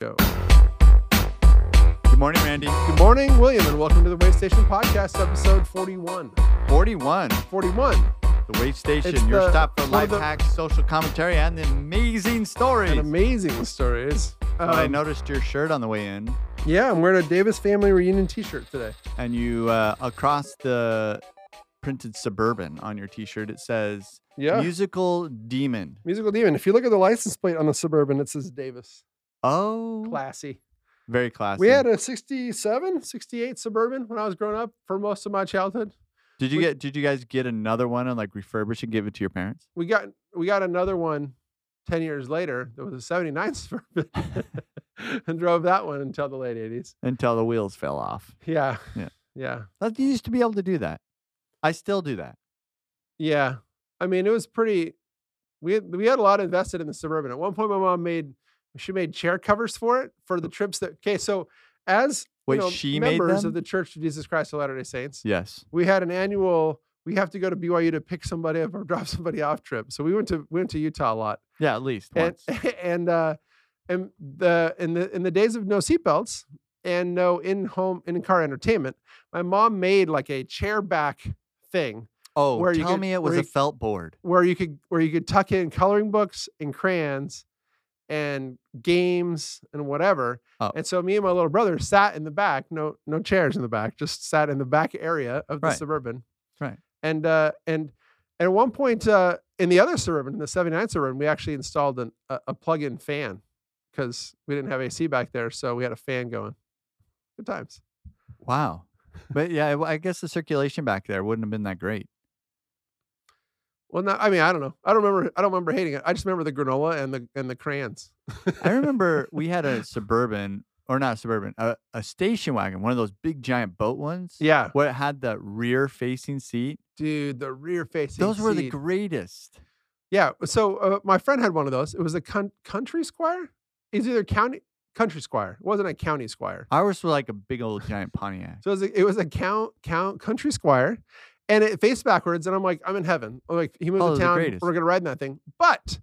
Go. Good morning, Randy. Good morning, William, and welcome to the Wave Station Podcast, episode 41. 41. 41. The Wave Station, It's your the- stop for one of life the- hacks, social commentary, and amazing stories. An amazing story. It's, But I um, noticed your shirt on the way in, Yeah, I'm wearing a Davis family reunion t shirt today. and you uh, across the printed suburban on your T-shirt. It says Yeah. "Musical Demon." Musical Demon. If you look at the license plate on the Suburban, it says Davis. Oh, Classy. very classy. We had a 67, 68 Suburban when I was growing up for most of my childhood. did you we- get? Did you guys get another one and like refurbish and give it to your parents? We got we got another one 10 years later that was a 79 Suburban and drove that one until the late 80s. until the wheels fell off. Yeah. Yeah. Yeah. That you used to be able to do that. I still do that. Yeah. I mean, it was pretty we had, we had a lot invested in the suburban. At one point my mom made she made chair covers for it for the trips that Okay, so as Oh. Wait, you know, she made members them? of the Church of Jesus Christ of Latter-day Saints, Yes. we had an annual we have to go to BYU to pick somebody up or drop somebody off trip. So we went to we went to Utah a lot. Yeah, at least And once. and uh and the in the in the days of no seatbelts and no in-home in-car entertainment, my mom made like a chair back thing oh, where you tell could- me it where was you- a felt board. where you could where you could tuck in coloring books and crayons and games and whatever. Oh. And so me and my little brother sat in the back, no no chairs in the back, just sat in the back area of the Right. suburban. Right. And uh and and at one point uh in the other suburban, in the 79 suburban, we actually installed an, a, a plug-in fan because we didn't have AC back there, so we had a fan going. Good times. Wow. But yeah, I I guess the circulation back there wouldn't have been that great. Well, no, I mean, I don't know. I don't remember. I don't remember hating it. I just remember the granola and the and the crayons. I remember we had a suburban or not suburban, a, a station wagon, one of those big giant boat ones. Yeah. Where it had the rear facing seat. dude the rear facing Those were the seat. greatest. yeah so uh, my friend had one of those it was a con- country squire it's either county country squire it wasn't a county squire Ours were like a big old giant Pontiac. so it was a, it was a count count country squire and it faced backwards and i'm like i'm in heaven I'm like he moved Oh, the to town greatest. we're gonna ride in that thing but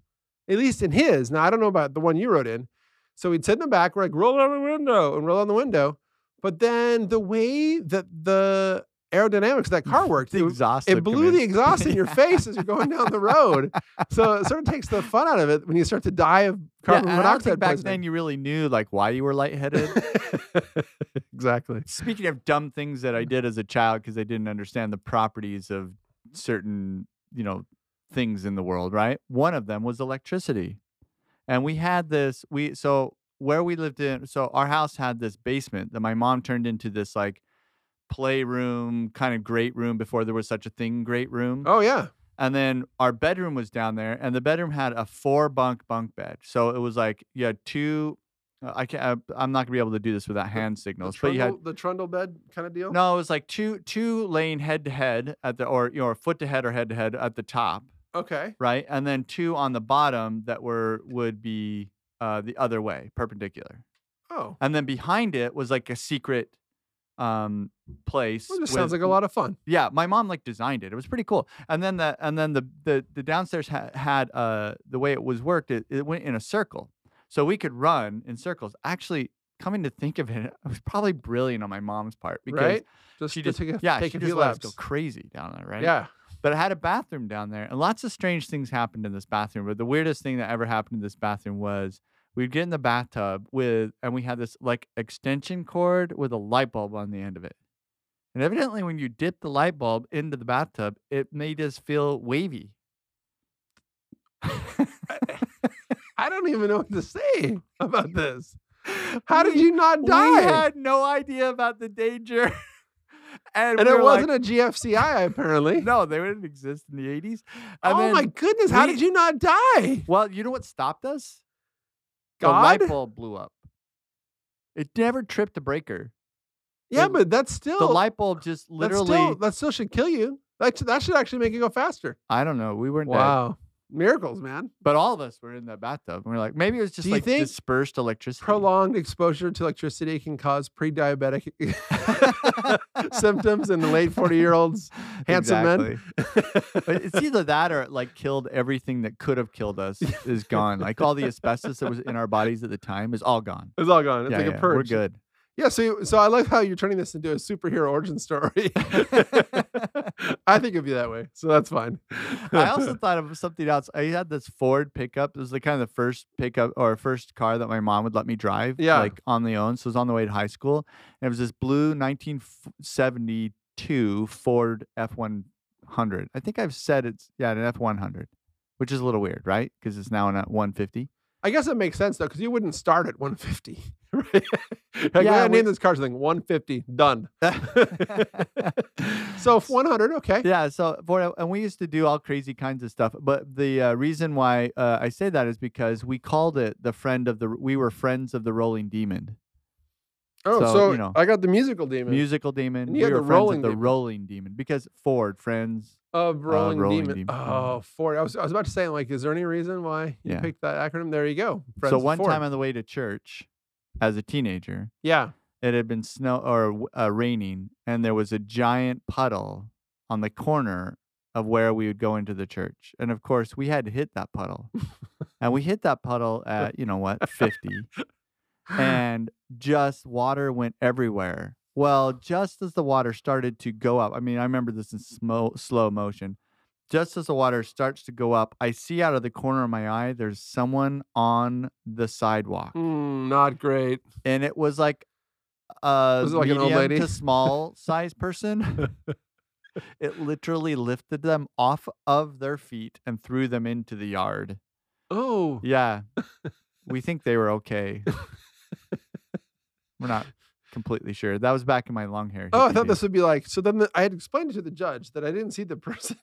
at least in his now i don't know about the one you rode in so we'd sit in the back we're like roll down the window and roll down the window but then the way that the aerodynamics of that car worked The it was- exhaust. it blew the exhaust in your face as you're going down the road. So it sort of takes the fun out of it when you start to die of carbon yeah, and I don't monoxide think back then poisoning. you really knew like why you were lightheaded. exactly. Speaking of dumb things that I did as a child because I didn't understand the properties of certain, you know, things in the world, right? One of them was electricity. And we had this, we so where we lived in, so our house had this basement that my mom turned into this like playroom, kind of great room before there was such a thing, great room. Oh yeah. And then our bedroom was down there, and the bedroom had a four bunk bunk bed. So it was like you had two. uh, I can't. I, I'm not gonna be able to do this without hand The signals. But you had trundle, the trundle bed kind of deal. no. It was like two two lane head to head at the or you know or foot to head or head to head at the top, Okay. right? And then two on the bottom that were would be uh, the other way, perpendicular. Oh. And then behind it was like a secret um place. Well, this with- sounds like a lot of fun. yeah, my mom like designed it. It was pretty cool. And then the and then the the, the downstairs ha- had uh the way it was worked. It, it went in a circle, so we could run in circles. Actually, coming to think of it, it was probably brilliant on my mom's part because right? Just she to just take a, yeah take she a just few let laps. us go crazy down there, right? Yeah. But it had a bathroom down there, and lots of strange things happened in this bathroom. But the weirdest thing that ever happened in this bathroom was. We'd get in the bathtub with, and we had this like extension cord with a light bulb on the end of it. And evidently, when you dip the light bulb into the bathtub, it made us feel wavy. I don't even know what to say about this. How How did you not We die? had no idea about the danger, and, and we it were like, wasn't a GFCI apparently. no, they didn't exist in the eighties. oh my goodness! How we- did you not die? Well, you know what stopped us? The light God? bulb blew up. It never tripped a breaker. Yeah, the- but that's still The light bulb just That's literally. still, that still should kill you. That, sh- that should actually make you go faster. I don't know. We weren't dead. Wow. Miracles, man. But all of us were in that bathtub, and we are like, maybe it was just Do you like think dispersed electricity. Prolonged exposure to electricity can cause pre-diabetic symptoms in the late 40-year-olds. handsome men. Exactly. But it's either that or it like killed everything that could have killed us is gone. Like all the asbestos that was in our bodies at the time is all gone. It's all gone. It's yeah, like yeah, a we're purge. good. Yeah, so so I love how you're turning this into a superhero origin story. I think it'd be that way, so that's fine. I also thought of something else. I had this Ford pickup. It was the kind of the first pickup or first car that my mom would let me drive. Yeah. Like on the own. So it was on the way to high school. And it was this blue 1972 Ford F100. I think I've said it's, yeah, an F100, which is a little weird, right? Because it's now an at 150. I guess that makes sense though, because you wouldn't start at 150. Right? like, we Yeah, gotta we- name this car something 150 done. so if 100, okay. Yeah, so boy, and we used to do all crazy kinds of stuff. But the uh, reason why uh, I say that is because we called it the friend of the. We were friends of the Rolling Demon, oh, so, so, you know, I got the musical demon musical demon. And We you were had the friends Rolling of the Demon. Rolling Demon because Ford friends. of Rolling, uh, Rolling Demon. Demon. Oh, Ford. I was I was about to say like, is there any reason why you Yeah. picked that acronym? There you go. Friends so of one Ford. time on the way to church, as a teenager, yeah. it had been snow or uh, raining, and there was a giant puddle on the corner of where we would go into the church. And of course, we had to hit that puddle, and we hit that puddle at you know what fifty. and just water went everywhere. Well, just as the water started to go up, I mean, I remember this in smo- slow motion. Just as the water starts to go up, I see out of the corner of my eye there's someone on the sidewalk, Mm, not great. and it was like a Was it like an medium old lady? to small size person. it literally lifted them off of their feet and threw them into the yard. Oh. Yeah. we think they were okay. we're not completely sure. That was back in my long hair. Oh, I hippie thought days. this would be like so. Then the, I had explained it to the judge that I didn't see the person.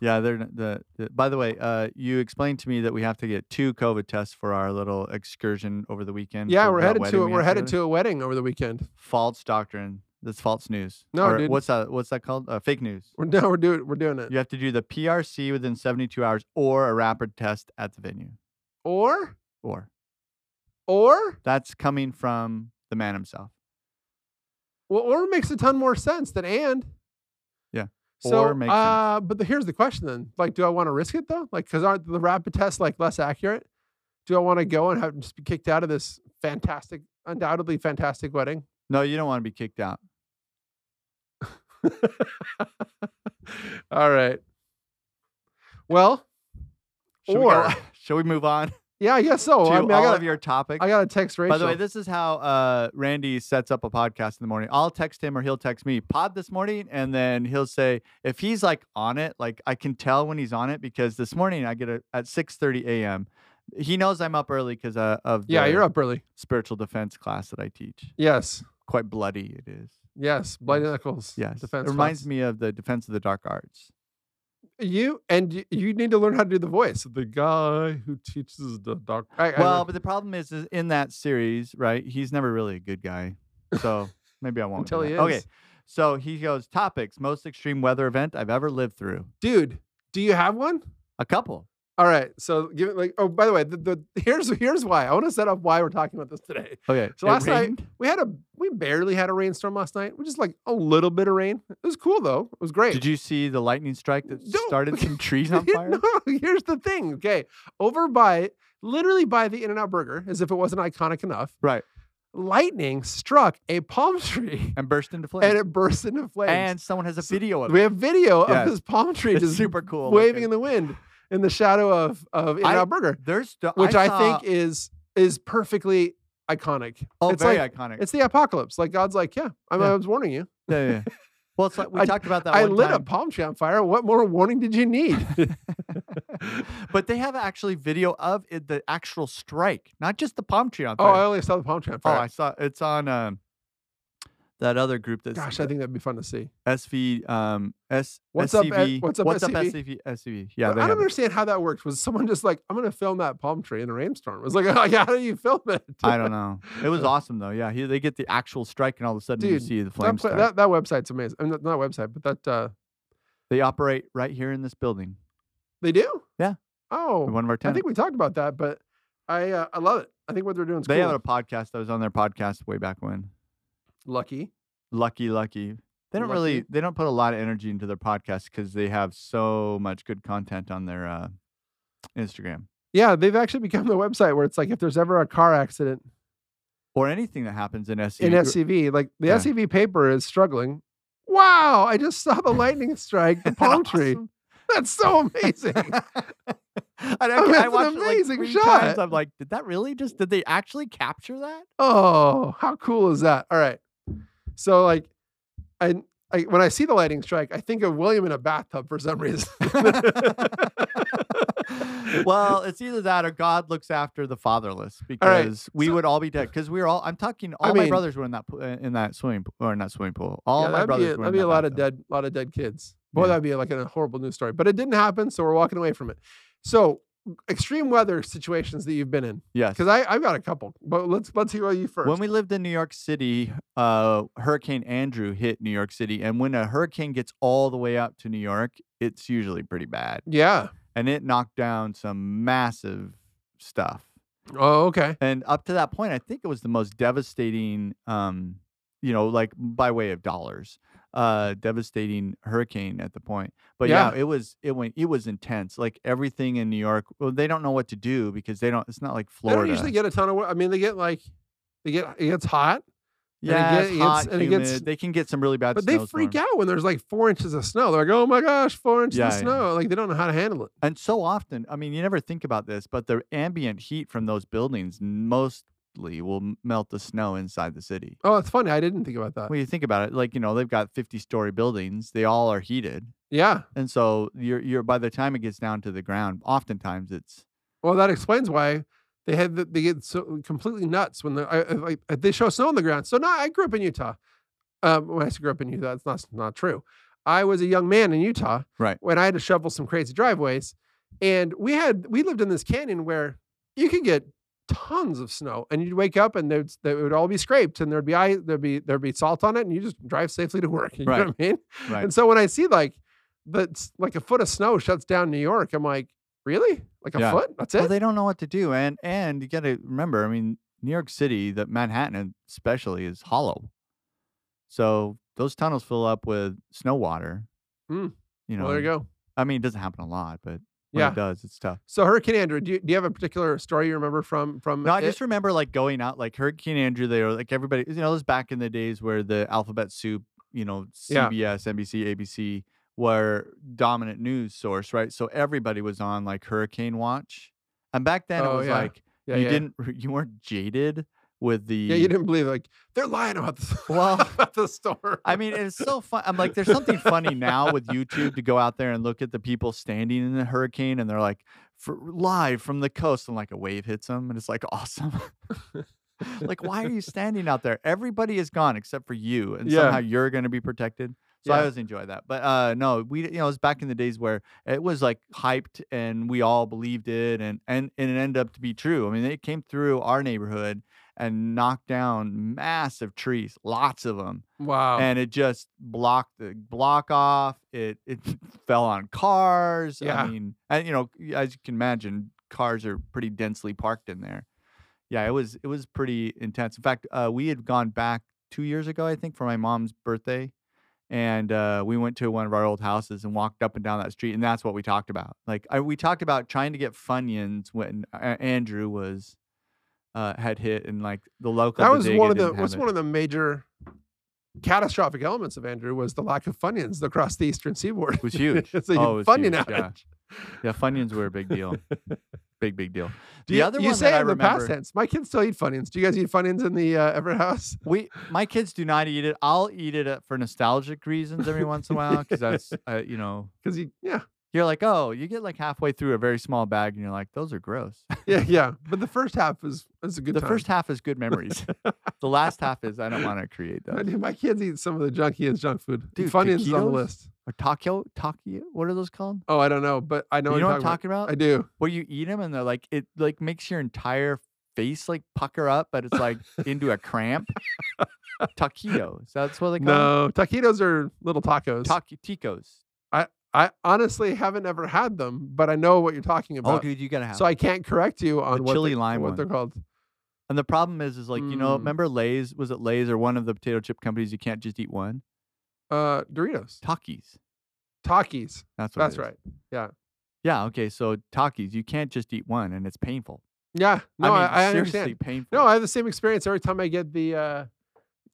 Yeah, they're n- the, the by the way, uh you explained to me that we have to get two COVID tests for our little excursion over the weekend. yeah, for we're that headed wedding to it. we We're have headed go to a wedding over the weekend. false doctrine. That's false news. No, Or dude. what's that what's that called? Uh, fake news. We're no, we're doing we're doing it. You have to do the PRC within 72 hours or a rapid test at the venue. Or Or or that's coming from the man himself. well, or makes a ton more sense than and. Yeah, So, or makes sense. uh, but the, here's the question then: like, do I want to risk it though? Like, because aren't the rapid tests like less accurate? Do I want to go and have just be kicked out of this fantastic, undoubtedly fantastic wedding? No, you don't want to be kicked out. All right. Well, Should or we go, shall we move on yeah, I guess so. to I mean, I all got of your topics? I got a text Rachel. By the way, this is how uh, Randy sets up a podcast in the morning. I'll text him or he'll text me pod this morning, and then he'll say if he's like on it, like I can tell when he's on it because this morning I get a, at six thirty a.m. He knows I'm up early because uh, of yeah, the you're up early. spiritual defense class that I teach. Yes, Quite bloody it is. yes. Bloody Yes. knuckles. Yes, Defense it reminds Fund. me of the defense of the dark arts. You and you, you need to learn how to do the voice. The guy who teaches the doc. I, I Well, learned- but the problem is, is in that series, right? He's never really a good guy. So maybe I won't. Until do that. he Okay. is. So he goes topics, most extreme weather event I've ever lived through. dude, do you have one? A couple. All right. So give it like. Oh, by the way, the, the here's here's why I want to set up why we're talking about this today. Okay. So it last night- rained? We had a we barely had a rainstorm last night. We just like a little bit of rain. It was cool though. It was great. Did you see the lightning strike that No. started some trees on fire? no, here's the thing. Okay, over by literally by the In-N-Out Burger, as if it wasn't iconic enough. Right. Lightning struck a palm tree And burst into flames. and it burst into flames. And someone has a So video of we it. have video Yes. of this palm tree It's just super cool. waving in looking. the wind in the shadow of of In-N-Out Burger, There's stu- which I, saw, think is is perfectly iconic. oh, it's very like iconic. It's the apocalypse. Like God's like, yeah, I, mean, Yeah. I was warning you. yeah, yeah. Well, it's like we I- talked about that. I one lit a time. palm tree on fire. What more warning did you need? but they have actually video of it, the actual strike, not just the palm tree on oh, I fire. only saw the palm tree on Oh, fire. I saw it's on um, that other group that's Gosh, I think that'd be fun to see. SV um S What's up, SCV. Ed- what's up, SCV? SCV? SCV. Yeah, But they I have don't it. understand how that works. Was someone just like, I'm gonna film that palm tree in a rainstorm? It was like, like, how do you film it? I don't know. It was awesome though. Yeah, he, they get the actual strike, and all of a sudden you Dude, see the That, flames. pla- that, start. that website's amazing. I mean, not website, but that uh, They operate right here in this building. They do? Yeah. Oh, One of our I tenants. think we talked about that, but I uh, I love it. I think what they're doing is They cool. have a podcast that was on their podcast way back when. Lucky. Lucky, lucky. They don't really Lucky. they don't put a lot of energy into their podcast because they have so much good content on their uh, Instagram Yeah, they've actually become the website where it's like if there's ever a car accident or anything that happens in SC. in SCV, like the Yeah. SCV paper is struggling. Wow, I just saw the lightning strike the palm tree. That's so amazing. I, Oh, don't- that's I an watched it like amazing three shot. times. I'm like, did that really just? Did they actually capture that? oh, how cool is that? All right. So like I, I when I see the lightning strike, I think of William in a bathtub for some reason. well, it's either that or God looks after the fatherless because we so- would all be dead. Because we were all. I'm talking. All I my mean- brothers were in that po- uh, in that swimming pool or not swimming pool. All yeah, my that'd be brothers a, were. that'd in be that a lot of bathtub. dead, lot of dead kids. Boy, Yeah. that'd be like a horrible news story. But it didn't happen, so we're walking away from it. So, extreme weather situations that you've been in, Yes. because I I've got a couple, but let's let's hear you first. When we lived in New York City, uh, Hurricane Andrew hit New York City, and when a hurricane gets all the way up to New York, it's usually pretty bad, yeah. and it knocked down some massive stuff. Oh, okay. And up to that point, I think it was the most devastating, um, you know, like by way of dollars, uh, devastating hurricane at the point. But yeah. Yeah. it was it went it was intense. Like everything in New York, well, they don't know what to do because they don't. It's not like They Florida. don't usually get a ton of. wea- I mean, they get like they get it gets hot, and it yeah, get- it's it gets- hot, and it humid. gets- they can get some really bad. but they freak snowstorms. out when there's like four inches of snow. They're like, oh my gosh, four inches Yeah, of yeah. snow. Like they don't know how to handle it. And so often, I mean, you never think about this, but the ambient heat from those buildings mostly will m- melt the snow inside the city. Oh, it's funny. I didn't think about that. When you think about it, like you know, they've got fifty-story buildings; they all are heated, yeah. and so you're you're by the time it gets down to the ground, oftentimes it's Well, that explains why they had the, they get so completely nuts when the, I, I, like, uh, they show snow on the ground. So no, I grew up in Utah. Um, when I say grew up in Utah, that's not not true. I was a young man in Utah Right. when I had to shovel some crazy driveways, and we had we lived in this canyon where you could get tons of snow, and you'd wake up and there'd they would all be scraped, and there'd be ice, there'd be there'd be salt on it, and you just drive safely to work. You know Right. what I mean? right. And so when I see like that's like a foot of snow shuts down New York, I'm like, really? Like a Yeah. foot? That's it? Well, they don't know what to do, and and you got to remember, I mean, New York City, that Manhattan especially is hollow, so those tunnels fill up with snow water. Mm. You know, well, there you go. I mean, it doesn't happen a lot, but when Yeah. it does, it's tough. So Hurricane Andrew, do you, do you have a particular story you remember from from? No, I Um, it? just remember like going out, like Hurricane Andrew. They were like everybody, you know, it was back in the days where the alphabet soup, you know, Yeah. CBS, NBC, ABC were dominant news source, right? So everybody was on like hurricane watch, and back then Oh, it was yeah. like yeah, you yeah. didn't, you weren't jaded with the. Yeah, you didn't believe like they're lying about the Well, about the storm. I mean, it's so fun. I'm like, there's something funny now with YouTube to go out there and look at the people standing in the hurricane, and they're like, for, live from the coast, and like a wave hits them, and it's like awesome. like, why are you standing out there? Everybody is gone except for you, and Yeah. somehow you're going to be protected. So I Yeah. always enjoy that. But uh, no, we you know it was back in the days where it was like hyped and we all believed it, and and and it ended up to be true. I mean, it came through our neighborhood and knocked down massive trees, lots of them wow. and it just blocked the block off. It it fell on cars. Yeah. I mean, and you know, y- as you can imagine, cars are pretty densely parked in there. Yeah, it was it was pretty intense. In fact, uh, we had gone back two years ago, I think, for my mom's birthday, and uh, we went to one of our old houses and walked up and down that street, and that's what we talked about. Like I, we talked about trying to get Funyuns when A- Andrew was. Uh, had hit and like the local. that was bodega one of the didn't have was it. one of the major catastrophic elements of Andrew was the lack of Funyuns across the eastern seaboard. It was huge. it's a Oh, it was Funyun huge, yeah. outage. Yeah, Funyuns were a big deal. big, big deal. Do The you, other you one say that I it in the past remember- tense. My kids still eat Funyuns. Do you guys eat Funyuns in the uh, Everett house? We, my kids do not eat it. I'll eat it uh, for nostalgic reasons every once in a while because that's, uh, you know, Because you, yeah, you're like, oh, you get like halfway through a very small bag and you're like, those are gross. yeah, yeah. But the first half was was a good. the time. first half is good memories. the last half is I don't want to create I those. do- my kids eat some of the junkiest junk food. Dude, Funyuns is on the taquitos? list. Or takio, takio, what are those called? Oh, I don't know, but I know you know what what I'm you're talking about? I do. Where you eat them and they're like, it like makes your entire face like pucker up, but it's like into a cramp. Taquitos. That's what they call 'em? no, taquitos are little tacos. Taki- Ticos. I honestly haven't ever had them, but I know what you're talking Oh, about. dude, you gotta have. so I can't correct you on what chili they're, lime what one. they're called. and the problem is, is like you know, Mm. remember Lay's? Was it Lay's or one of the potato chip companies? You can't just eat one. Uh, Doritos, Takis. Takis. That's what it That's is. right. Yeah. Okay. So Takis, you can't just eat one, and it's painful. Yeah. No, I, I, mean, I seriously understand. Painful. No, I have the same experience every time I get the uh,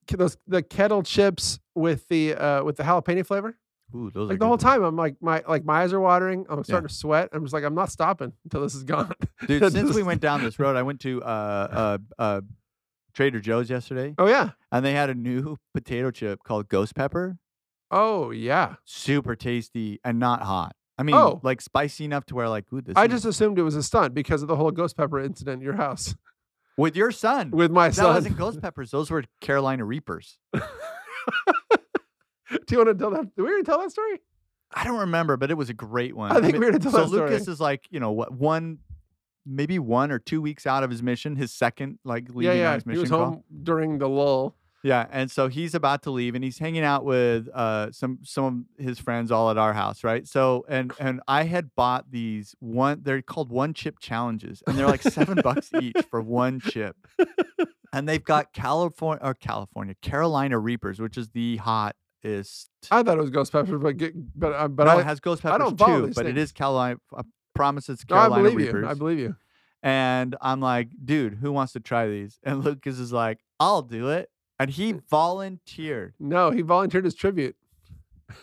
ke- those the kettle chips with the uh, with the jalapeno flavor. Ooh, those are Like the good whole ones. time, I'm like my like my eyes are watering. I'm starting to sweat. I'm just like I'm not stopping until this is gone. Dude, since we Just- went down this road, I went to uh, uh, uh, Trader Joe's yesterday, Oh yeah. and they had a new potato chip called Ghost Pepper. Oh yeah. Super tasty and not hot. I mean, Oh. like spicy enough to where like, ooh, this. I is- just assumed it was a stunt because of the whole ghost pepper incident at your house with your son. with my that son. wasn't ghost peppers; those were Carolina Reapers. Do you want to tell that? Do we already tell that story? I don't remember, but it was a great one. I think we already told so that story. Lucas is like, you know, what one, maybe one or two weeks out of his mission, his second like leaving yeah, on yeah. his He mission was call. home during the lull. Yeah, and so he's about to leave, and he's hanging out with uh, some some of his friends all at our house, right? So and and I had bought these one. They're called one chip challenges, and they're like seven bucks each for one chip. And they've got California or California Carolina Reapers, which is the hottest. I thought it was ghost pepper, but get, but uh, but no, I, it has ghost I peppers don't follow too, these but it things. is Carolina. I promise it's no, I Carolina believe Reapers. you. I believe you. And I'm like, dude, who wants to try these? And Lucas is like, I'll do it. And he volunteered, No, he volunteered his tribute.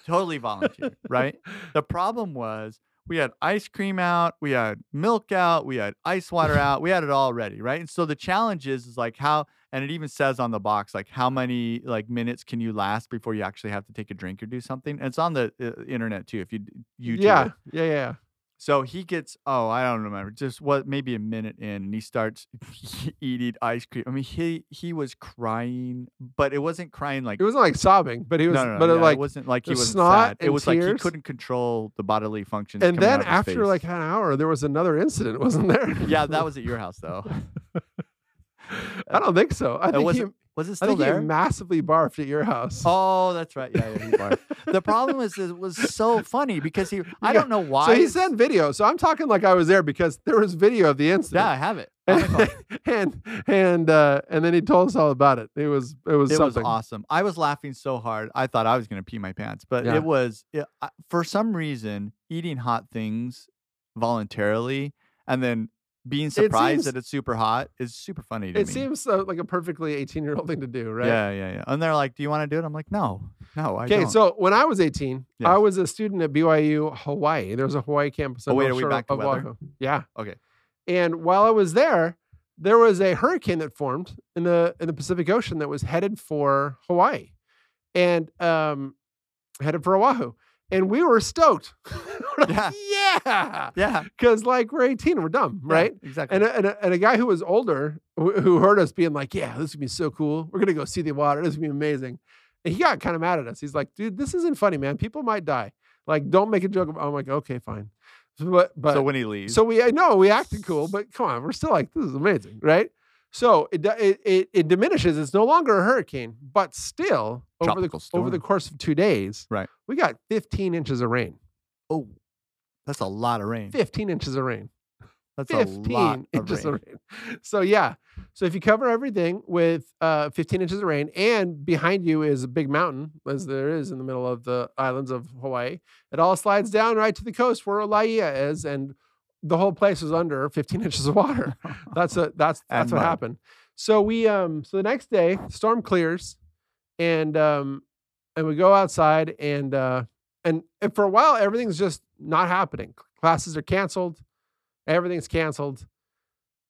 totally volunteered, right? The problem was we had ice cream out, we had milk out, we had ice water out, we had it all ready, right? And so the challenge is, is like how, and it even says on the box, like how many like minutes can you last before you actually have to take a drink or do something? And it's on the uh, internet too, if you d- YouTube. it. Yeah, yeah, yeah. So he gets, oh, I don't remember, just what maybe a minute in, and he starts eating ice cream. I mean, he he was crying, but it wasn't crying like It wasn't like sobbing, but he was, no, no, no, but it yeah, like, it wasn't like he there's was snot sad. It and was like he tears. couldn't control the bodily functions. and coming then out of his after face. like an hour, there was another incident, wasn't there? yeah, that was at your house though. I don't think so. I think, he, wasn't Was it I still think there? he massively barfed at your house. oh, that's right. Yeah, yeah he barfed. the problem is it was so funny because he. I Yeah. don't know why. so he it's- sent video. So I'm talking like I was there because there was video of the Yeah, incident. I have it. on my phone. And and and, uh, and then he told us all about it. It was it was it was something. awesome. I was laughing so hard. I thought I was going to pee my pants, but Yeah. it was it, I, for some reason eating hot things voluntarily and then being seems- surprised that it's super hot is super funny to It me. seems so, like a perfectly 18 year old thing to do, right? Yeah, yeah, yeah. And they're like, "Do you want to do it?" I'm like, "No, no, I Okay, don't." so when I was 18, I Yes. was a student at BYU Hawaii. There was a Hawaii campus. Oh, in wait, North are we Shore back to of weather? Oahu. Yeah. Okay. And while I was there, there was a hurricane that formed in the in the Pacific Ocean that was headed for Hawaii, and um, headed for Oahu. And we were stoked. We're like, yeah, yeah, because like we're 18 and we're dumb, yeah, right? exactly. And a, and, a, and a guy who was older who, who heard us being like, "Yeah, this would be so cool. We're gonna go see the water. This would be amazing." And he got kind of mad at us. He's like, "Dude, this isn't funny, man. People might die. Like, don't make a joke." About-. I'm like, "Okay, fine." So, but but so when he leaves, so we I know we acted cool, but come on, we're still like this is amazing, right? So it do- it it, it diminishes. It's no longer a hurricane, but still over the Tropical over the storm. course of two days, Right. We got 15 inches of rain. oh, that's a lot of rain. 15 inches of rain. That's a 15 lot of inches rain. of rain. So yeah. So if you cover everything with uh, 15 inches of rain, and behind you is a big mountain, as Mm. there is in the middle of the islands of Hawaii, it all slides down right to the coast where Olaia is, and the whole place is under 15 inches of water. That's a that's that's And what mud. happened. So we um so the next day storm clears, and um and we go outside and uh and, and for a while everything's just not happening. Classes are canceled, everything's canceled,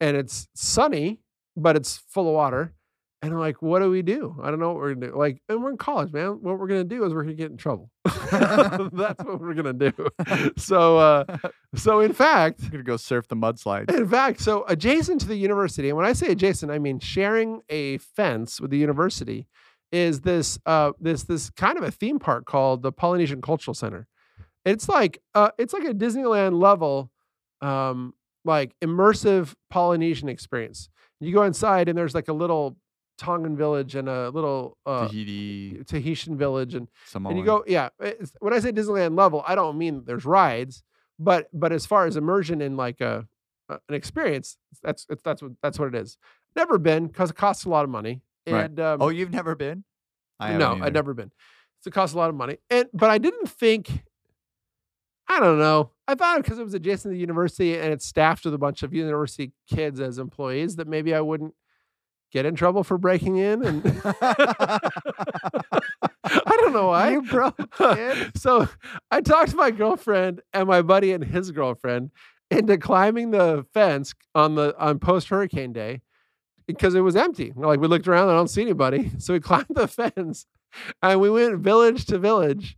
and it's sunny but it's full of water. And I'm like, what do we do? I don't know what we're gonna do. Like, and we're in college, man. What we're gonna do is we're gonna get in trouble. That's what we're gonna do. So, uh, so in fact, I'm gonna go surf the mudslide. in fact, so adjacent to the university, and when I say adjacent, I mean sharing a fence with the university, is this uh, this this kind of a theme park called the Polynesian Cultural Center. It's like uh, it's like a Disneyland level, um, like immersive Polynesian experience. You go inside and there's like a little Tongan village and a little uh, Tahiti, Tahitian village, and Samoa. and you go, yeah. eh, It's, when I say Disneyland level, I don't mean there's rides, but but as far as immersion in like a, a- an experience, that's it's, that's what that's what it is. Never been because it costs a lot of money. Right. And um, Oh, you've never been? I haven't no, either. I'd never been. So it costs a lot of money, and but I didn't think. I don't know. I thought because it was adjacent to the university and it's staffed with a bunch of university kids as employees that maybe I wouldn't get in trouble for breaking in and I don't know why. You broke kid. so I talked my girlfriend and my buddy and his girlfriend into climbing the fence on the on post hurricane day because it was empty. We're Like we looked around, I don't see anybody. So we climbed the fence and we went village to village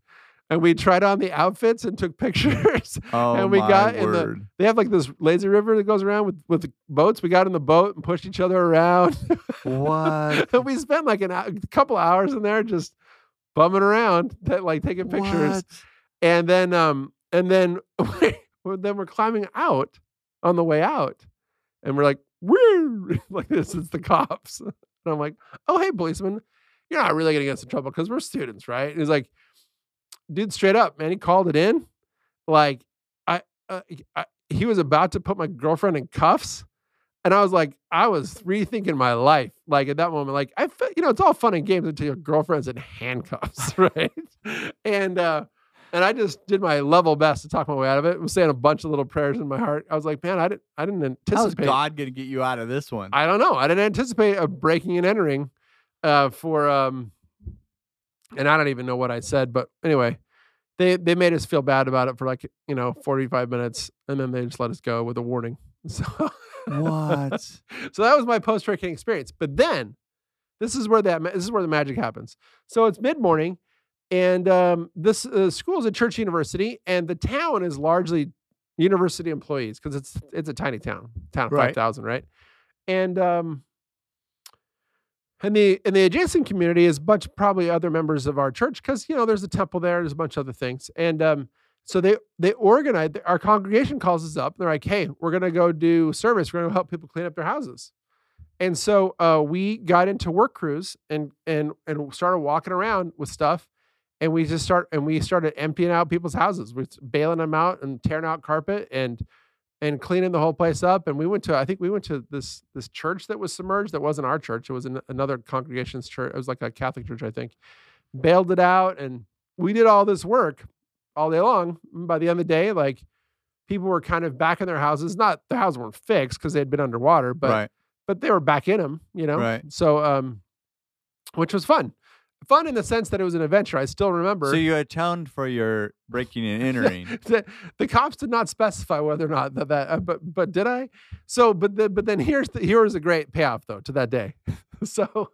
and we tried on the outfits and took pictures. Oh, And we my got in the- word. they have like this lazy river that goes around with, with boats. We got in the boat and pushed each other around. What? we spent like an, hou- a couple hours in there just bumming around, ta- like taking pictures. And then um and then well, then we're climbing out on the way out. And we're like, Woo! like this is the cops. And I'm like, oh hey policeman, you're not really gonna get us in trouble because we're students, right? And he's like, dude, straight up, man, he called it in. Like, I, uh, I he was about to put my girlfriend in cuffs. And I was like, I was rethinking my life. Like at that moment, like I, fe- you know, it's all fun and games until your girlfriend's in handcuffs, right? and uh, and I just did my level best to talk my way out of it. I was saying a bunch of little prayers in my heart. I was like, man, I didn't, I didn't How's anticipate. God going to get you out of this one? I don't know. I didn't anticipate a breaking and entering uh, for, um, and I don't even know what I said, but anyway, they they made us feel bad about it for like you know forty five minutes, and then they just let us go with a warning. So what? so that was my post hurricane experience. But then this is where that ma- this is where the magic happens. So it's mid morning, and um, this uh, school is a church university, and the town is largely university employees because it's it's a tiny town, town of Right. five thousand, right? And um, and the and the adjacent community is bunch probably other members of our church because you know there's a temple there, there's a bunch of other things, and um, so they they organize our congregation calls us up. They're like, hey, we're gonna go do service. We're gonna help people clean up their houses. And so uh, we got into work crews and and and started walking around with stuff, and we just start and we started emptying out people's houses. We're bailing them out and tearing out carpet and and cleaning the whole place up. And we went to I think we went to this this church that was submerged. That wasn't our church. It was an, another congregation's church. It was like a Catholic church, I think. Bailed it out, and we did all this work all day long. And By the end of the day, like people were kind of back in their houses. Not the houses weren't fixed because they had been underwater, but right. but they were back in them, you know. Right. So, um, which was fun, fun in the sense that it was an adventure. I still remember. So you atoned for your breaking and entering. the, the cops did not specify whether or not that, that uh, but but did I? So, but the, but then here's the, here was a great payoff though to that day. so,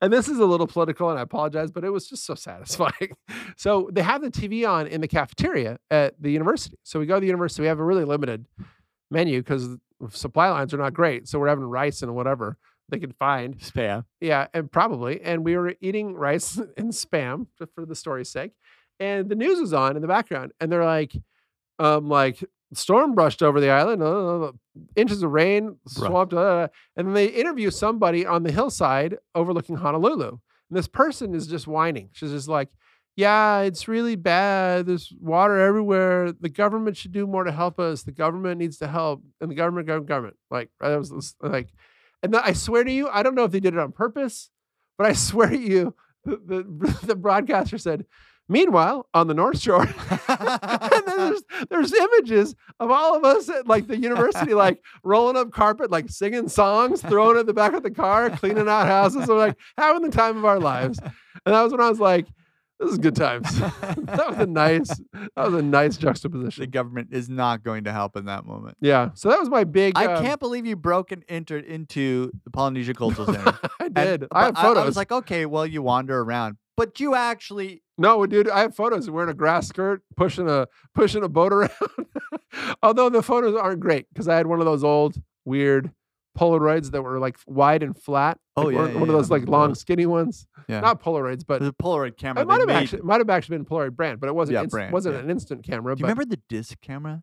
and this is a little political, and I apologize, but it was just so satisfying. so they have the TV on in the cafeteria at the university. So we go to the university. We have a really limited menu because supply lines are not great. So we're having rice and whatever they can find. Spam. Yeah, and probably. And we were eating rice and spam just for the story's sake. And the news was on in the background, and they're like, um, like storm brushed over the island, uh, inches of rain, Brush. swamped, uh, and then they interview somebody on the hillside overlooking Honolulu. And this person is just whining. She's just like, yeah, it's really bad. There's water everywhere. The government should do more to help us. The government needs to help, and the government, government, government. Like that was this- like, and the, I swear to you, I don't know if they did it on purpose, but I swear to you, the the, the broadcaster said. Meanwhile, on the North Shore, and then there's there's images of all of us at like the university, like rolling up carpet, like singing songs, throwing it in the back of the car, cleaning out houses. We're like having the time of our lives. And that was when I was like, this is good times. that was a nice that was a nice the juxtaposition. government is not going to help in that moment. Yeah. So that was my big I um, can't believe you broke and entered into the Polynesia Cultural Center. I And- did. but I have photos. I, was like, okay, well, you wander around, but you actually. No, dude, I have photos wearing a grass skirt, pushing a pushing a boat around. Although the photos aren't great because I had one of those old weird Polaroids that were like wide and flat. Oh, like, yeah, one, yeah, one of yeah, I those like remember long those. skinny ones. Yeah. Not Polaroids, but The Polaroid camera. it might they have made- actually it might have actually been Polaroid brand, but it wasn't Yeah, inst- brand, wasn't yeah. an instant camera. Do you but remember the disc camera?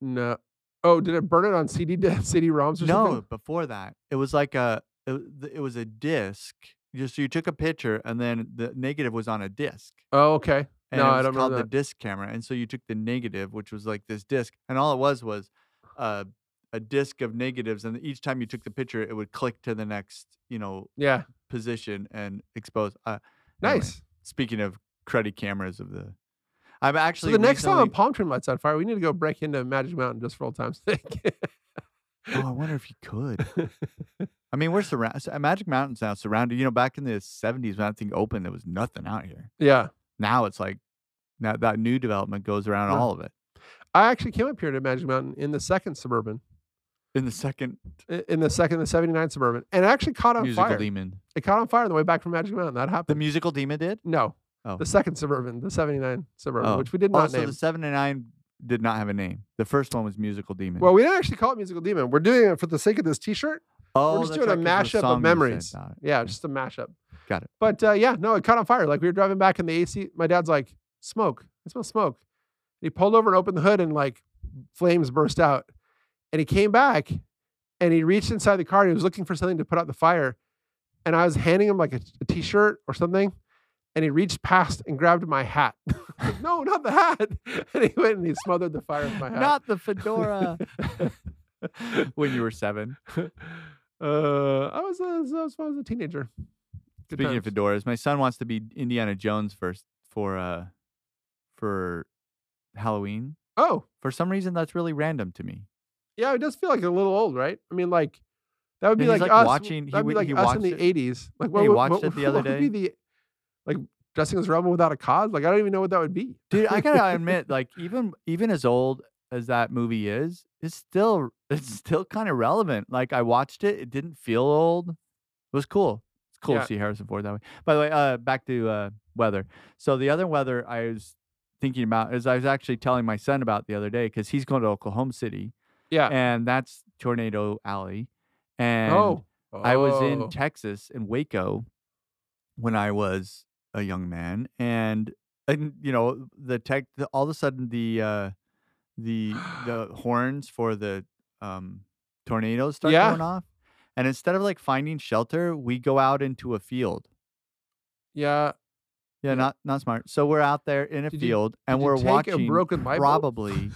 no. Oh, did it burn it on CD di- CD ROMs or No, something? before that, it was like a it, w- th- it was a disc. Just you took a picture, and then the negative was on a disc. Oh, okay. And No, it I was don't remember called the that. disc camera. And so you took the negative, which was like this disc, and all it was was uh, a disc of negatives. And each time you took the picture, it would click to the next, you know, Yeah. position and expose. Uh, anyway, Nice. speaking of cruddy cameras of the, I'm actually so the next time recently, a palm tree lights on fire, we need to go break into Magic Mountain just for old time's sake. Oh, I wonder if you could. I mean, we're surrounded. Magic Mountain's now surrounded. You know, back in the '70s when that thing opened, there was nothing out here. yeah. Now it's like now that new development goes around Yeah. all of it. I actually came up here to Magic Mountain in the second suburban, In the second i- in the second, the 79 suburban, and it actually caught on musical fire. demon, It caught on fire on the way back from Magic Mountain. That the happened. musical demon did. no. Oh. The second suburban, the 79 suburban, Oh. which we did not Also, name. the seven and nine did not have a name. The first one was musical demon. Well, we didn't actually call it Musical Demon. We're doing it for the sake of this t shirt. oh, just that's doing a right, 'cause mashup the of song you said memories. about it. Yeah, just a mashup. Got it. But uh, yeah, no, it caught on fire. Like we were driving back in the AC. My dad's like, smoke. I smell smoke. he pulled over and opened the hood and like flames burst out. And he came back and he reached inside the car and he was looking for something to put out the fire. And I was handing him like a a t-shirt or something. And he reached past and grabbed my hat. Like, no, not the hat. And he went and he smothered the fire with my hat. Not the fedora. when you were seven. uh, I was, a, I was I was a teenager. Good Speaking of times. fedoras, my son wants to be Indiana Jones first for uh for Halloween. oh, For some reason, that's really random to me. Yeah, it does feel like a little old, right? I mean, like that would be Yeah, he's, like, like, us watching- he That'd be w- like he us in watched the it. '80s. Like he would- watched it the other what would be the- like dressing as Rebel without a cause. Like I don't even know what that would be. Dude, I gotta admit, like even even as old as that movie is, it's still it's still kind of relevant. Like I watched it, it didn't feel old. It was cool. It's cool Yeah. to see Harrison Ford that way. By the way, uh, back to uh, weather. So the other weather I was thinking about is I was actually telling my son about the other day because he's going to Oklahoma City, yeah. and that's Tornado Alley. And oh, I was in Oh. Texas in Waco when I was a young man, and and you know the tech the, all of a sudden the uh, the the horns for the um, tornadoes start Yeah. going off, and instead of like finding shelter, we go out into a field. yeah. Yeah, Yeah. not not smart. So we're out there in a Did you- field, and did you we're take a watching broken light bulb? probably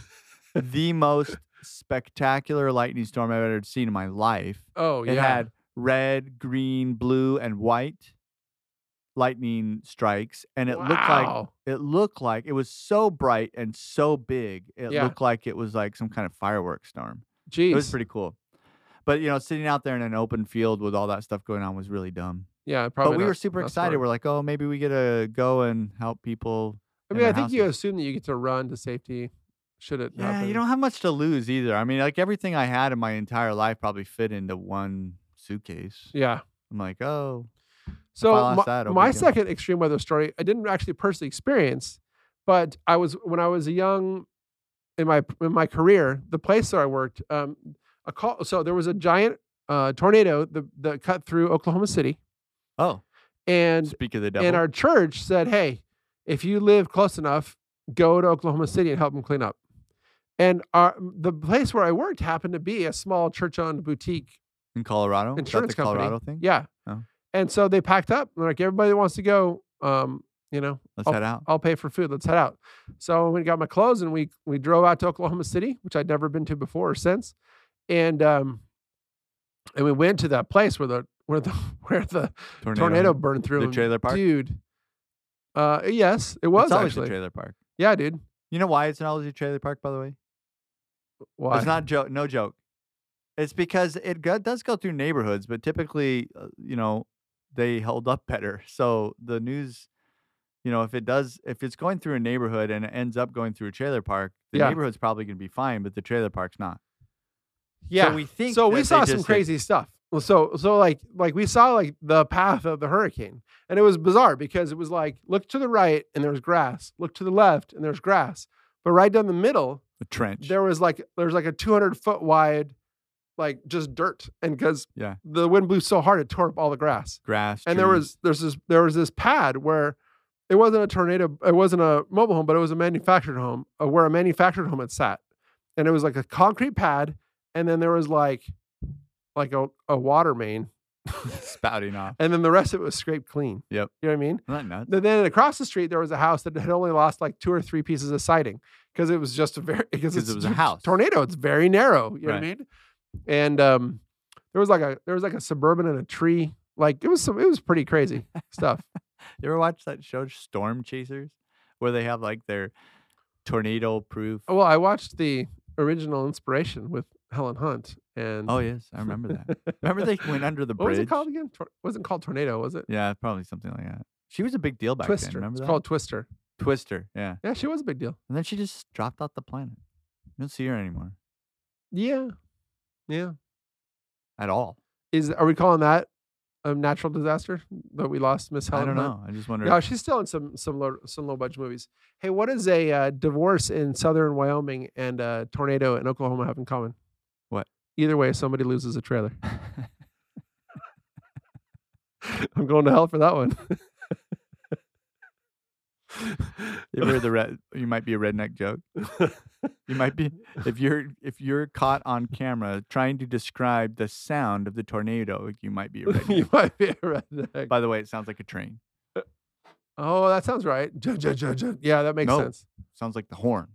the most spectacular lightning storm I've ever seen in my life. Oh, It yeah. had red, green, blue, and white lightning strikes, and it looked like Wow. it looked like it was so bright and so big. It Yeah. looked like it was like some kind of fireworks storm. Jeez. It was pretty cool. But you know, sitting out there in an open field with all that stuff going on was really dumb. yeah, probably. but we not- were super not excited. smart. We're like, oh, maybe we get to go and help people. I in mean, I their think you houses. assume that you get to run to safety. Should it? Yeah, happen. you don't have much to lose either. I mean, like everything I had in my entire life probably fit into one suitcase. Yeah. I'm like, oh, So I lost my, that, it'll be my good. second extreme weather story, I didn't actually personally experience, but I was when I was a young in my in my career, the place where I worked, um, a call. So there was a giant uh, tornado that, that cut through Oklahoma City, oh, and speak of the devil. and our church said, "Hey, if you live close enough, go to Oklahoma City and help them clean up." And our the place where I worked happened to be a small church-owned boutique In Colorado? insurance Is that the company. Colorado thing? Yeah. Oh. And so they packed up. and they're like, everybody that wants to go, um, you know, Let's head out. I'll pay for food. Let's head out. So we got my clothes and we we drove out to Oklahoma City, which I'd never been to before or since. And um and we went to that place where the where the where the tornado, hit. burned through The and trailer park? Dude. Uh yes, it was it's always a actually. trailer park. Yeah, dude. You know why it's an always a trailer park, by the way? Why? It's not joke. No joke. It's because it go- does go through neighborhoods, but typically, uh, you know, they held up better. So the news, you know, if it does, if it's going through a neighborhood and it ends up going through a trailer park, the Yeah. neighborhood's probably going to be fine, but the trailer park's not. yeah. So we think. so that we they saw just some hit- crazy stuff. Well, so so like like we saw like the path of the hurricane, and it was bizarre because it was like look to the right and there's grass, look to the left and there's grass, but right down the middle a trench. there was like there was like a 200 foot wide, like just dirt, and because Yeah. the wind blew so hard it tore up all the grass grass. and there was there's this there was this pad where it wasn't a tornado it wasn't a mobile home but it was a manufactured home uh, where a manufactured home had sat and it was like a concrete pad and then there was like like a, a water main spouting off. and then the rest of it was scraped clean. Yep. You know what I mean? Isn't that nuts? And then across the street, there was a house that had only lost like two or three pieces of siding because it was just a very because 'Cause it it's was a house. tornado. It's very narrow. You know what I mean? And um, there was like a there was like a suburban and a tree. Like it was some it was pretty crazy stuff. You ever watch that show Storm Chasers, where they have like their tornado proof? Well, I watched the original inspiration with Helen Hunt and Oh yes, I remember that. Remember they went under the what was bridge? it called again? Tor- wasn't called tornado, was it? Yeah, probably something like that. She was a big deal back then. Twister. Remember It's that? called Twister. Twister. Yeah, Yeah, she was a big deal. and then she just dropped off the planet. You don't see her anymore Yeah, yeah. at all. Is are we calling that a natural disaster that we lost Miss Helen I don't Hunt? know. I just wonder. No, she's still in some some low some low budget movies. Hey, what is a uh, divorce in southern Wyoming and a tornado in Oklahoma have in common? What? Either way, somebody loses a trailer. I'm going to hell for that one. you ever heard the red? You might be a redneck joke. You might be if you're if you're caught on camera trying to describe the sound of the tornado. You might be a redneck. you might be a redneck. By the way, it sounds like a train. oh, that sounds right. Ju- ju- ju- ju- Yeah, that makes No. sense. Sounds like the horn.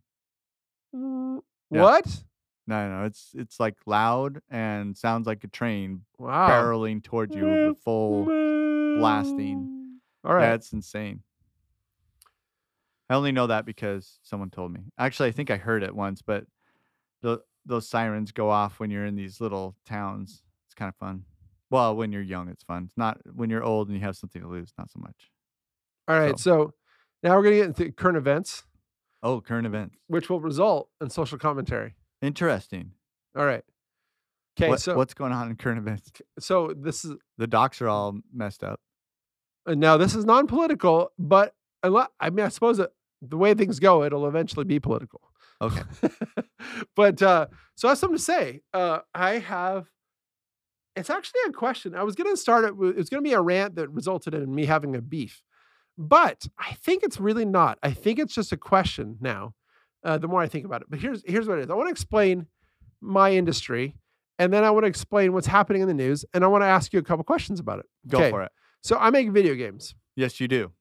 Mm, Yeah. What? No, no, it's it's like loud and sounds like a train Wow. barreling toward you with full. blasting. Mm. All right. That's insane. I only know that because someone told me. Actually, I think I heard it once, but the, those sirens go off when you're in these little towns. It's kind of fun. Well, when you're young, it's fun. It's not when you're old and you have something to lose. Not so much. All right. So now we're going to get into current events, Oh, current events. which will result in social commentary. Interesting. All right. Okay, What- so what's going on in current events? so this is The docs are all messed up. uh, now this is non-political, but unless, I mean I suppose that the way things go, it'll eventually be political. Okay. but uh, so I have something to say. Uh, I have. It's actually a question. I was going to start it. with- It's going to be a rant that resulted in me having a beef, but I think it's really not. I think it's just a question now. Uh, the more I think about it, but here's here's what it is. I want to explain my industry, and then I want to explain what's happening in the news, and I want to ask you a couple questions about it. Go Okay. for it. So I make video games. Yes, you do.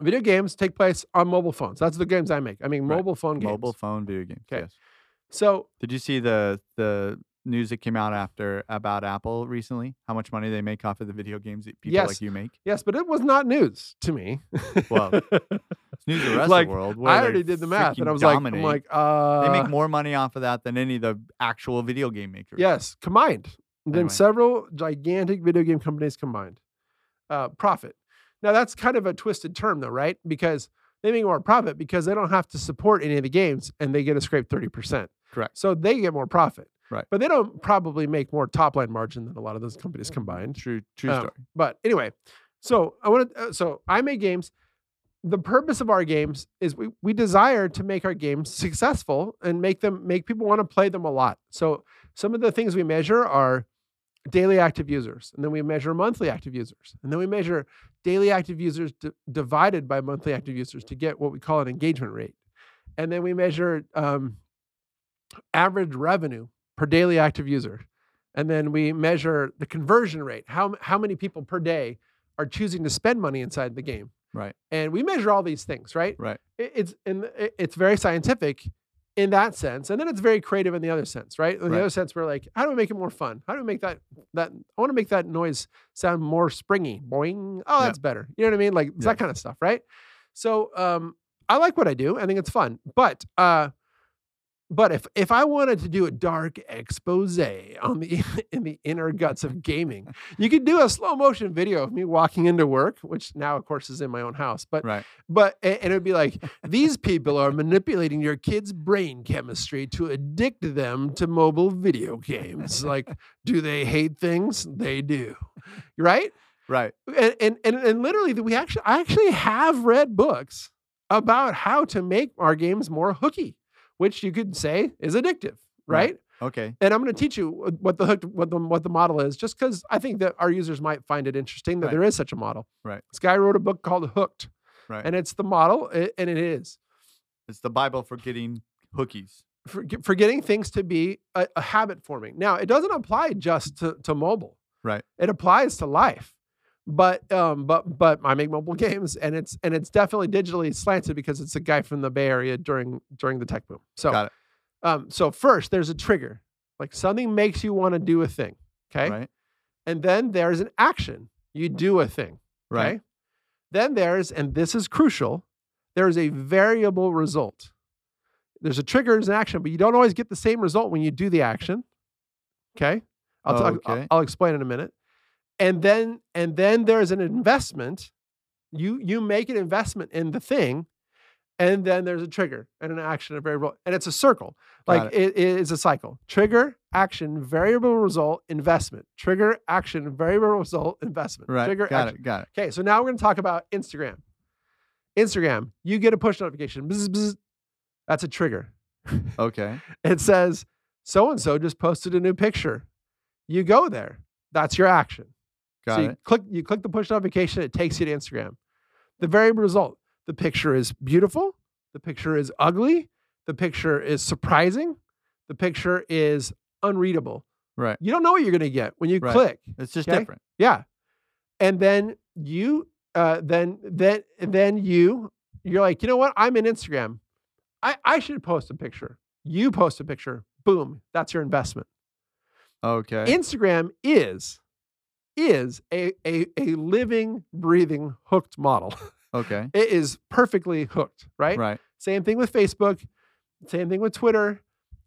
Video games take place on mobile phones. That's the games I make. I mean, Right. mobile phone games. Mobile phone video games. 'Kay. Yes. So Did you see the the news that came out after about Apple recently? How much money they make off of the video games that people Yes. like you make? yes, but it was not news to me. Well, It's news to the rest Like, of the world. Where I they already did the math, and freaking I was dominate. like, I'm like, uh, they make more money off of that than any of the actual video game makers. Yes, combined. Then Anyway. several gigantic video game companies combined. Uh, profit. Now that's kind of a twisted term, though, right? Because they make more profit because they don't have to support any of the games, and they get a scrape thirty percent. Correct. So they get more profit. Right. But they don't probably make more top line margin than a lot of those Mm-hmm. companies combined. True. True Um, story. But anyway, so I want to. Uh, so I make games. The purpose of our games is we, we desire to make our games successful and make them make people want to play them a lot. So some of the things we measure are daily active users, and then we measure monthly active users, and then we measure daily active users d- divided by monthly active users to get what we call an engagement rate, and then we measure um, average revenue per daily active user and then we measure the conversion rate how, m- how many people per day are choosing to spend money inside the game Right. and we measure all these things right Right. I- it's and i- it's very scientific in that sense and then it's very creative in the other sense right in the Right. other sense we're like how do we make it more fun how do we make that that i want to make that noise sound more springy boing oh Yeah. that's better you know what i mean like it's that Yeah. kind of stuff right so um i like what i do i think it's fun but uh but if if I wanted to do a dark expose on the in the inner guts of gaming, you could do a slow motion video of me walking into work, which now of course is in my own house, but Right. but a- and it would be like these people are manipulating your kids' brain chemistry to addict them to mobile video games. Like, do they hate things? They do. Right? Right. and and and, and literally that we actually I actually have read books about how to make our games more hooky, which you could say is addictive, right? Right. Okay. And I'm going to teach you what- what the hook, what the what the model is, just because I think that our users might find it interesting that Right. there is such a model. Right. This guy wrote a book called Hooked, Right. and it's the model, a- and it is It's the Bible for getting hookies. for, for getting things to be a, a habit forming. Now, it doesn't apply just to, to mobile. Right. It applies to life. But um, but but I make mobile games, and it's and it's definitely digitally slanted because it's a guy from the Bay Area during during the tech boom. So Got it. um, so first there's a trigger, like something makes you want to do a thing. Okay, Right. and then there's an action. You do a thing. Right. Okay? Then there's, and this is crucial, there is a variable result. There's a trigger, there's an action, but you don't always get the same result when you do the action. Okay. I'll talk, I'll- Okay. I'll explain in a minute. And then, and then there's an investment. You you make an investment in the thing, and then there's a trigger and an action, a variable, and it's a circle. Got Like it is a cycle. Trigger, action, variable result, investment. Trigger, action, variable result, investment. Right. Trigger, Got action. it. Got it. Okay, so now we're going to talk about Instagram. Instagram, you get a push notification. Bzz, bzz. That's a trigger. Okay. It says, so and so just posted a new picture. You go there. That's your action. Got so you it. click, you click the push notification, it takes you to Instagram. The variable result the picture is beautiful, the picture is ugly, the picture is surprising, the picture is unreadable. Right. You don't know what you're going to get when you Right. click. It's just Okay. different. Yeah. And then you uh then then then you you're like, you know what? I'm in Instagram. I, I should post a picture. You post a picture. Boom. That's your investment. Okay. Instagram is is a a, a living, breathing, hooked model. okay. It is perfectly hooked, right? Right. Same thing with Facebook, same thing with Twitter,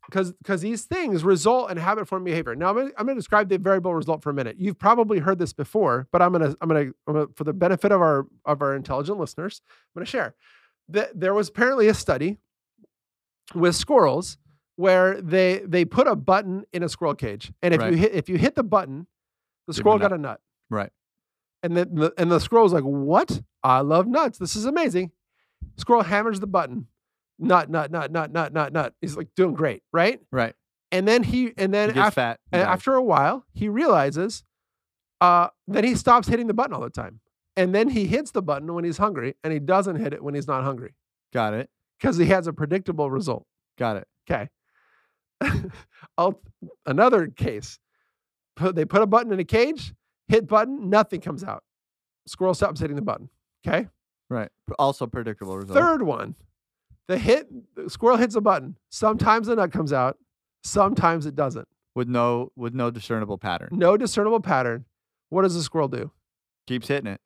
because because these things result in habit forming behavior. Now I'm gonna, I'm going to describe the variable result for a minute. You've probably heard this before, but I'm going to I'm going to for the benefit of our of our intelligent listeners, I'm going to share that there was apparently a study with squirrels where they they put a button in a squirrel cage, and if Right. you hit if you hit the button, the Give 'em a squirrel got nut. a nut. Right. And then the, and the squirrel's like, "What? I love nuts. This is amazing." Squirrel hammers the button. Nut, nut, nut, nut, nut, nut, nut. He's like doing great, right? Right. And then he and then It gets after, fat. and dies. after a while, he realizes uh, that he stops hitting the button all the time. And then he hits the button when he's hungry, and he doesn't hit it when he's not hungry Got it. because he has a predictable result. Got it. Okay. I'll, another case. Put, they put a button in a cage, hit button, nothing comes out. Squirrel stops hitting the button. Okay. Right. P- Also predictable result. Third one. The hit the squirrel hits a button. Sometimes the nut comes out, sometimes it doesn't. With no with no discernible pattern. No discernible pattern. What does the squirrel do? Keeps hitting it.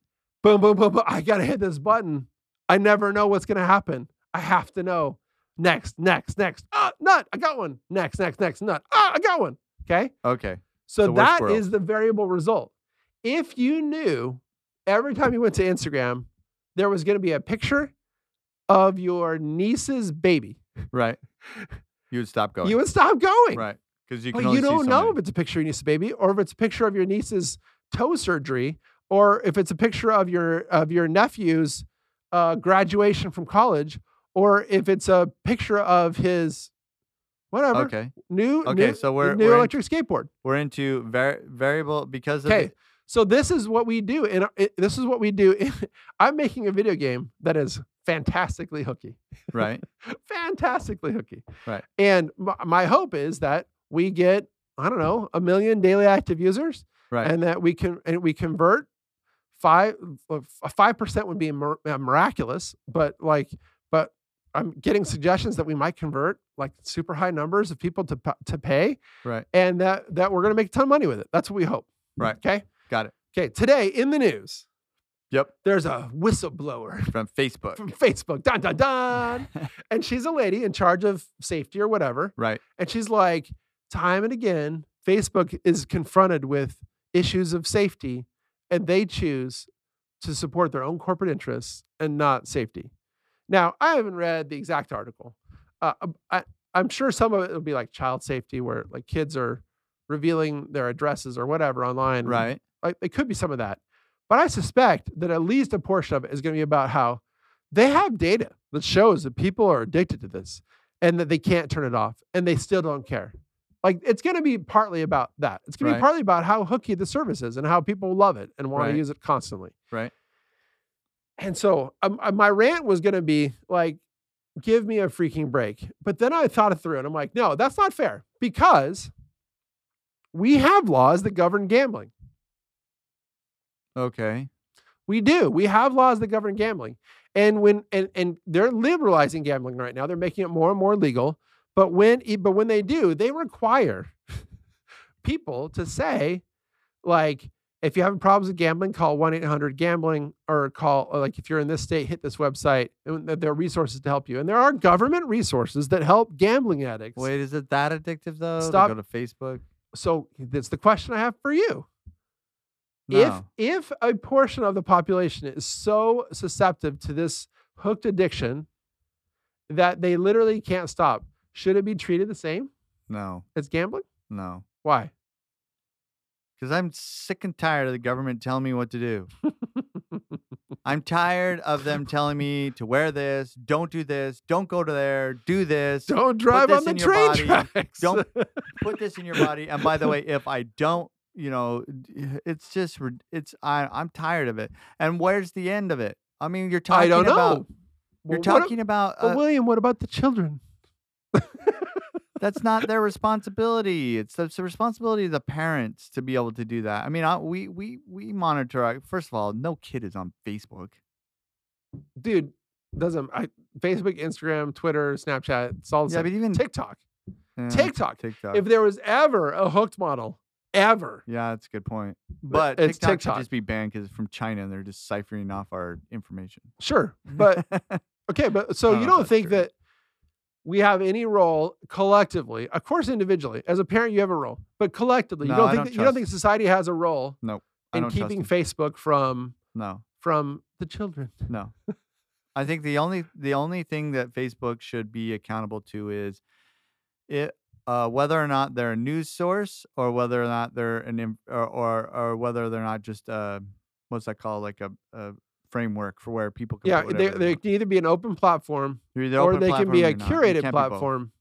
Boom, boom, boom, boom. I gotta hit this button. I never know what's gonna happen. I have to know. Next, next, next. Ah, nut. I got one. Next, next, next, nut. Ah, I got one. Okay. Okay. So So we're that squirrels. is the variable result. If you knew every time you went to Instagram, there was going to be a picture of your niece's baby, Right. You would stop going. you would stop going. Right. Because you can But only you see don't so know many. if it's a picture of your niece's baby or if it's a picture of your niece's toe surgery or if it's a picture of your of your nephew's uh, graduation from college or if it's a picture of his whatever Okay. new Okay, new, so we're- new we're in- electric skateboard. We're into var- variable because of Okay. the- So this is what we do, and this is what we do. in- I'm making a video game that is fantastically hooky, right. fantastically hooky. Right. And my, my hope is that we get I don't know a million daily active users, Right. and that we can and we convert five uh, five percent would be mir- uh, miraculous, but like but I'm getting suggestions that we might convert like super high numbers of people to pa- to pay, right. and that that we're gonna make a ton of money with it. That's what we hope. Right. Okay. Got it. Okay, today in the news, Yep. there's a whistleblower From Facebook. from Facebook, dun dun dun, and she's a lady in charge of safety or whatever, right. and she's like, time and again, Facebook is confronted with issues of safety, and they choose to support their own corporate interests and not safety. Now, I haven't read the exact article. Uh, um, I, I'm sure some of it will be like child safety, where like kids are revealing their addresses or whatever online, and Right. like it could be some of that. But I suspect that at least a portion of it is going to be about how they have data that shows that people are addicted to this and that they can't turn it off and they still don't care. Like it's going to be partly about that. It's going to Right. be partly about how hooky the service is and how people love it and want Right. to use it constantly. Right. And so um, uh, my rant was going to be like, give me a freaking break. But then I thought it through and I'm like, no, that's not fair because we have laws that govern gambling. Okay. We do. We have laws that govern gambling. And when and and they're liberalizing gambling right now. They're making it more and more legal. But when e- but when they do, they require people to say like if you're having problems with gambling, call 1-800-GAMBLING or call or like if you're in this state, hit this website. And there are resources to help you. And there are government resources that help gambling addicts. Wait, is it that addictive though? to Stop- go to Facebook. So that's the question I have for you. No. If if a portion of the population is so susceptible to this hooked addiction that they literally can't stop, should it be treated the same no, as gambling? no, Why? because I'm sick and tired of the government telling me what to do. I'm tired of them telling me to wear this, don't do this, don't go to there, do this, Don't drive this on the in your train body. tracks. Don't- put this in your body. And by the way, if I don't, you know, it's just rid- it's I I'm tired of it. And where's the end of it? I mean, you're talking I don't know. about Well, you're what ab- talking about but uh, William, what about the children? that's not their responsibility. It's the, it's the responsibility of the parents to be able to do that. I mean, I, we we we monitor. Our, first of all, no kid is on Facebook. Dude, doesn't I, Facebook, Instagram, Twitter, Snapchat, it's all the Yeah, same. but even TikTok. yeah, TikTok. TikTok. If there was ever a hooked model, ever, yeah, that's a good point. But it's TikTok, TikTok. should just be banned because it's from China and they're just ciphering off our information. sure. But Okay, but so don't you know don't if Oh, that's think true. that we have any role collectively? Of course, individually, as a parent, you have a role, but collectively, you No, don't I think don't that, you don't think society has a role I in don't trust keeping them. Facebook from no. from the children. No. I think the only the only thing that Facebook should be accountable to is it uh, whether or not they're a news source or whether or not they're an in- or or, or whether they're not just uh what's that called like a, a framework for where people can Yeah, put they, whatever they want. can either be an open platform They're either or open they can be a platform or not. It curated can't be both. platform.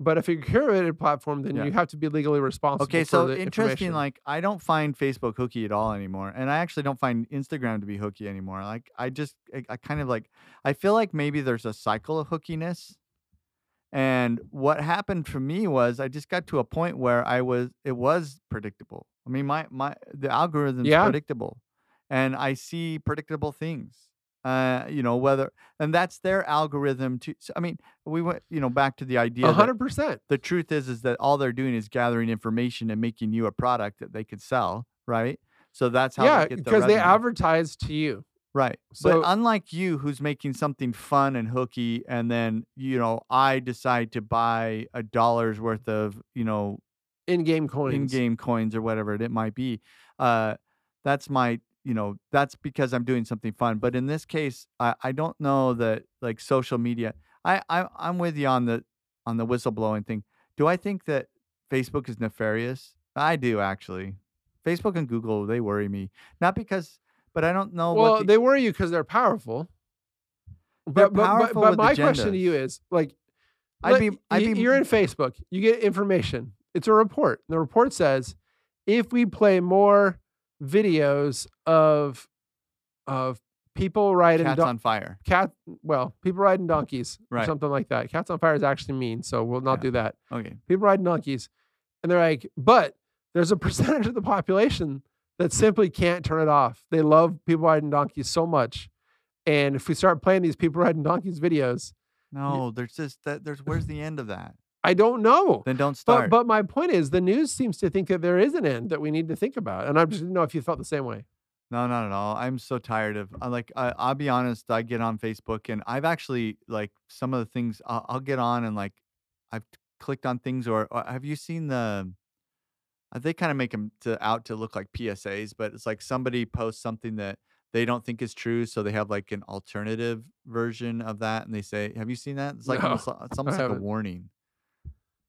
But if you're a curated platform, then Yeah. you have to be legally responsible. Okay, for so the interesting. information. Like, I don't find Facebook hooky at all anymore, and I actually don't find Instagram to be hooky anymore. Like, I just, I, I kind of like, I feel like maybe there's a cycle of hookiness. And what happened for me was I just got to a point where I was, it was predictable. I mean, my my the algorithm's Yeah. predictable, and I see predictable things. Uh, you know whether, and that's their algorithm too. So, I mean, we went, you know, back to the idea. a that- hundred percent. the truth is is that all they're doing is gathering information and making you a product that they could sell, right? So that's how Yeah, they get the because they revenue. advertise to you. right. So- but unlike you, who's making something fun and hooky, and then you know I decide to buy a dollar's worth of you know In-game coins. in-game coins or whatever it might be. Uh, that's my you know that's because I'm doing something fun. But in this case, I, I don't know that like social media. I, I I'm with you on the on the whistleblowing thing. Do I think that Facebook is nefarious? I do actually. Facebook and Google they worry me not because, but I don't know Well, what the, they worry you because they're powerful. They're But, but, but, powerful but with my question to agendas. you is like, I'd let- be I'd y- be you're in Facebook, you get information. It's a report. The report says if we play more videos of of people riding cats do- on fire. cat well, people riding donkeys or Right. something like that. Cats on fire is actually mean, so we'll not Yeah. do that. Okay, People riding donkeys. And they're like, but there's a percentage of the population that simply can't turn it off. They love people riding donkeys so much. And if we start playing these people riding donkeys videos, no, there's just that. There's where's the end of that? I don't know. Then don't But, start. but my point is, the news seems to think that there is an end that we need to think about. And I just didn't know if you felt the same way. No, not at all. I'm so tired of I like I, I'll be honest. I get on Facebook and I've actually like some of the things I'll, I'll get on and like I've clicked on things or, or have you seen the? uh, They kind of make them to out to look like PSAs, but it's like somebody posts something that they don't think is true, so they have like an alternative version of that, and they say, "Have you seen that?" It's like No, almost, li- it's almost like a haven't. warning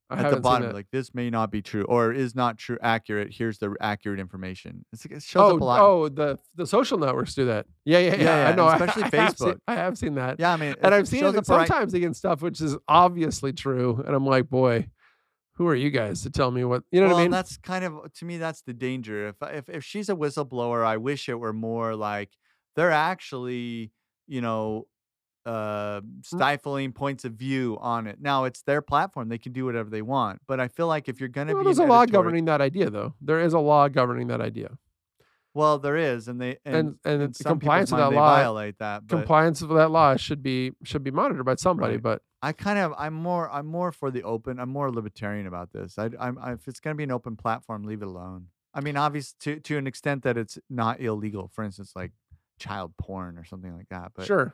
I at haven't the seen bottom, that. like this may not be true or is not true, accurate. Here's the accurate information. It's like it shows oh, up a lot. in oh, the the social networks do that. Yeah, yeah, yeah. Yeah, yeah, I and know. I- especially I, have seen- Facebook. I have seen that. Yeah, I mean, and it I've seen shows it up right- sometimes against stuff which is obviously true, and I'm like, boy, who are you guys to tell me what you know well, what I mean? and that's kind of to me that's the danger. If if if she's a whistleblower, I wish it were more like they're actually, you know, uh, Mm-hmm. stifling points of view on it. Now it's their platform; they can do whatever they want. But I feel like if you're going to Well, be there's a an law editorial- governing that idea, though. There is a law governing that idea. Well, there is, and they and, and and, in the some people's compliance with mind, that they law violate that. But compliance with that law should be should be monitored by somebody Right. but I kind of I'm more I'm more for the open. I'm more libertarian about this. I I'm I, if it's going to be an open platform, leave it alone. I mean, obvious to to an extent that it's not illegal. For instance, like child porn or something like that. But sure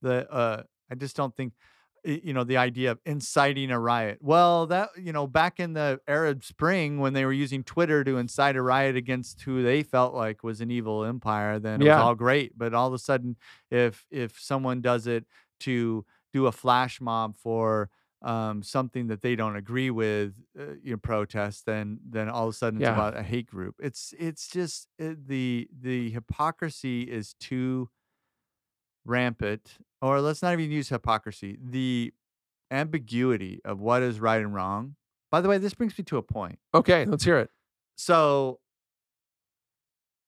the uh I just don't think y- you know the idea of inciting a riot. Well, that you know back in the Arab Spring when they were using Twitter to incite a riot against who they felt like was an evil empire, then it Yeah. was all great. But all of a sudden, if if someone does it to do a flash mob for um, something that they don't agree with, uh, you know, protest, then then all of a sudden it's Yeah. about a hate group. It's it's just uh the the hypocrisy is too rampant, or let's not even use hypocrisy. The ambiguity of what is right and wrong. By the way, this brings me to a point. okay let's hear it So,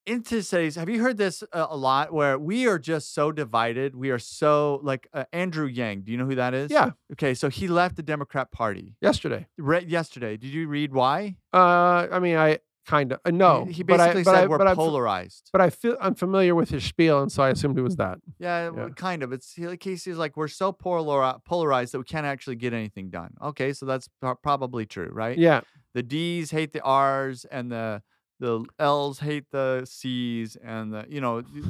entities, have you heard this uh, a lot where we are just so divided? We are so like uh, Andrew Yang. Do you know who that is? yeah Okay. So, he left the Democrat Party yesterday Re- yesterday. Did you read why? uh i mean i kind of uh, no He, he but I- basically but said I, we're but I, polarized. but I feel i'm familiar with his spiel and so i assumed it was that Yeah, Yeah. well, kind of. It's he- like Casey's like we're so polar- polarized that we can't actually get anything done. Okay, so that's pro- probably true, right? yeah The D's hate the R's, and the the L's hate the C's, and the you know. y-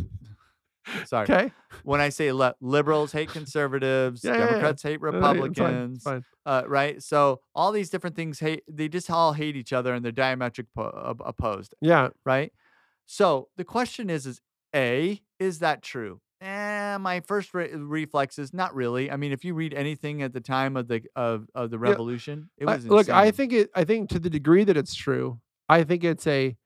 Sorry, okay Uh, when I say le- liberals hate conservatives, Yeah, yeah, yeah. Democrats hate Uh, yeah, it's fine, it's Republicans, fine. uh, right? So all these different things hate. They just all hate each other, and they're diametric po- op- opposed yeah right? So the question is: Is a is that true? Eh, my first re- reflex is not really. I mean, if you read anything at the time of the of, of the revolution, it I- was look i insane. think it i think to the degree that it's true i think it's a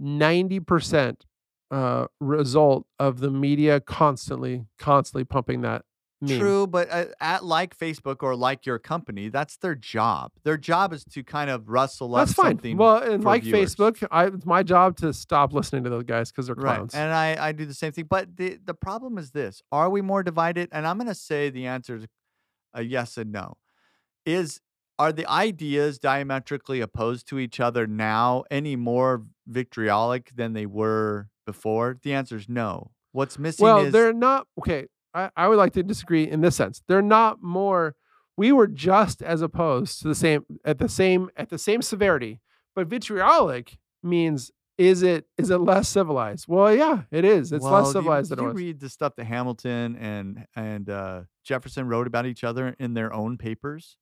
90% uh result of the media constantly constantly pumping that meme. true, but uh, at like Facebook or like your company, that's their job. Their job is to kind of rustle up That's fine. something. Well, and for like viewers. Facebook, I, it's my job to stop listening to those guys because they're clowns. Right. And I, I do the same thing. But the, the problem is this are we more divided? And I'm going to say the answer is a yes and no. Is are the ideas diametrically opposed to each other now any more vitriolic than they were before? The answer is no. What's missing well, is they're not okay. I, I would like to disagree in this sense. They're not more. We were just as opposed to the same at the same at the same severity, but vitriolic means is it is it less civilized? Well, yeah, it is. It's Well, less civilized you, than it you was. read the stuff that Hamilton and and uh, Jefferson wrote about each other in their own papers.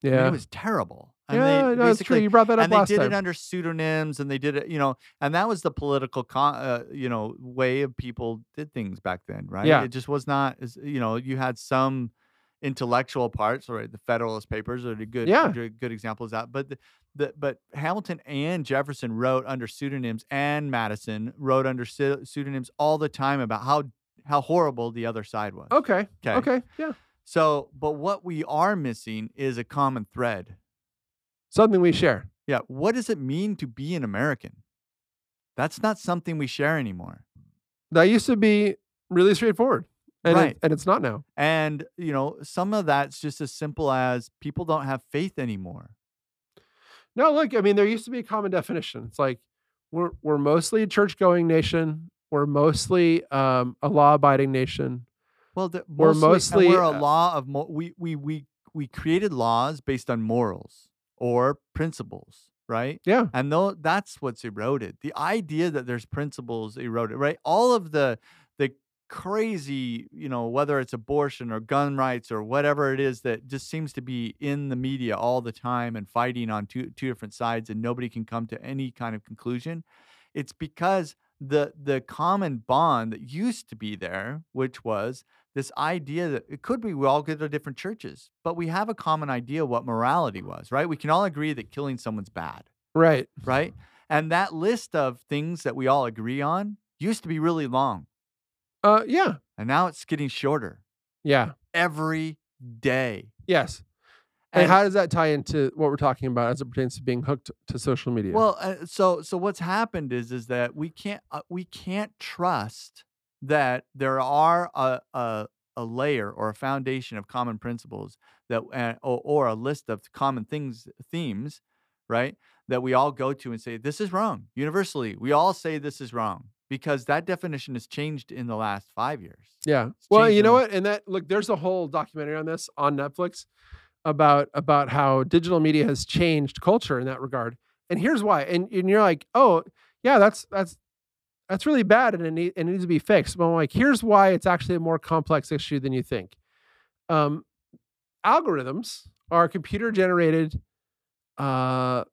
I mean, yeah, it was terrible. I mean, yeah, they no, it's true. basically You brought that up and they last did it time. under pseudonyms and they did it you know and that was the political con- uh, you know way of people did things back then right Yeah. it just was not as you know you had some intellectual parts right the federalist papers are the good Yeah. good, good examples of that but the, the, but hamilton and jefferson wrote under pseudonyms and madison wrote under pseu- pseudonyms all the time about how how horrible the other side was Okay, okay okay, yeah. so but what we are missing is a common thread Something we share. yeah. What does it mean to be an American? That's not something we share anymore. That used to be really straightforward, and it- Right. and it's not now. And, you know, some of that's just as simple as people don't have faith anymore. No, look, I mean, there used to be a common definition. It's like we're we're mostly a church going nation. We're mostly um, a law abiding nation. Well, the, We're mostly, and we're mostly, a uh, law of mo- we we we we created laws based on morals or principles, right? Yeah. And though that's what's eroded. The idea that there's principles eroded, right? All of the the crazy, you know, whether it's abortion or gun rights or whatever it is that just seems to be in the media all the time and fighting on two two different sides and nobody can come to any kind of conclusion. It's because the the common bond that used to be there, which was this idea that it could be we all go to different churches, but we have a common idea what morality was, right? We can all agree that killing someone's bad, Right. right? And that list of things that we all agree on used to be really long, Uh. Yeah. and now it's getting shorter Yeah. every day. Yes. And, how does that tie into what we're talking about as it pertains to being hooked to social media? Well, uh, so so what's happened is is that we can't uh, we can't trust that there are a, a a layer or a foundation of common principles that uh, or, or a list of common things themes, right? That we all go to and say this is wrong universally. We all say this is wrong. because that definition has changed in the last five years. Yeah. It's Well, changed you know enough. what? And that look, there's a whole documentary on this on Netflix about about how digital media has changed culture in that regard. And here's why. And and you're like, oh yeah, that's that's that's really bad, and it, need, and it needs to be fixed. But I'm like, here's why it's actually a more complex issue than you think. Um, algorithms are computer generated uh,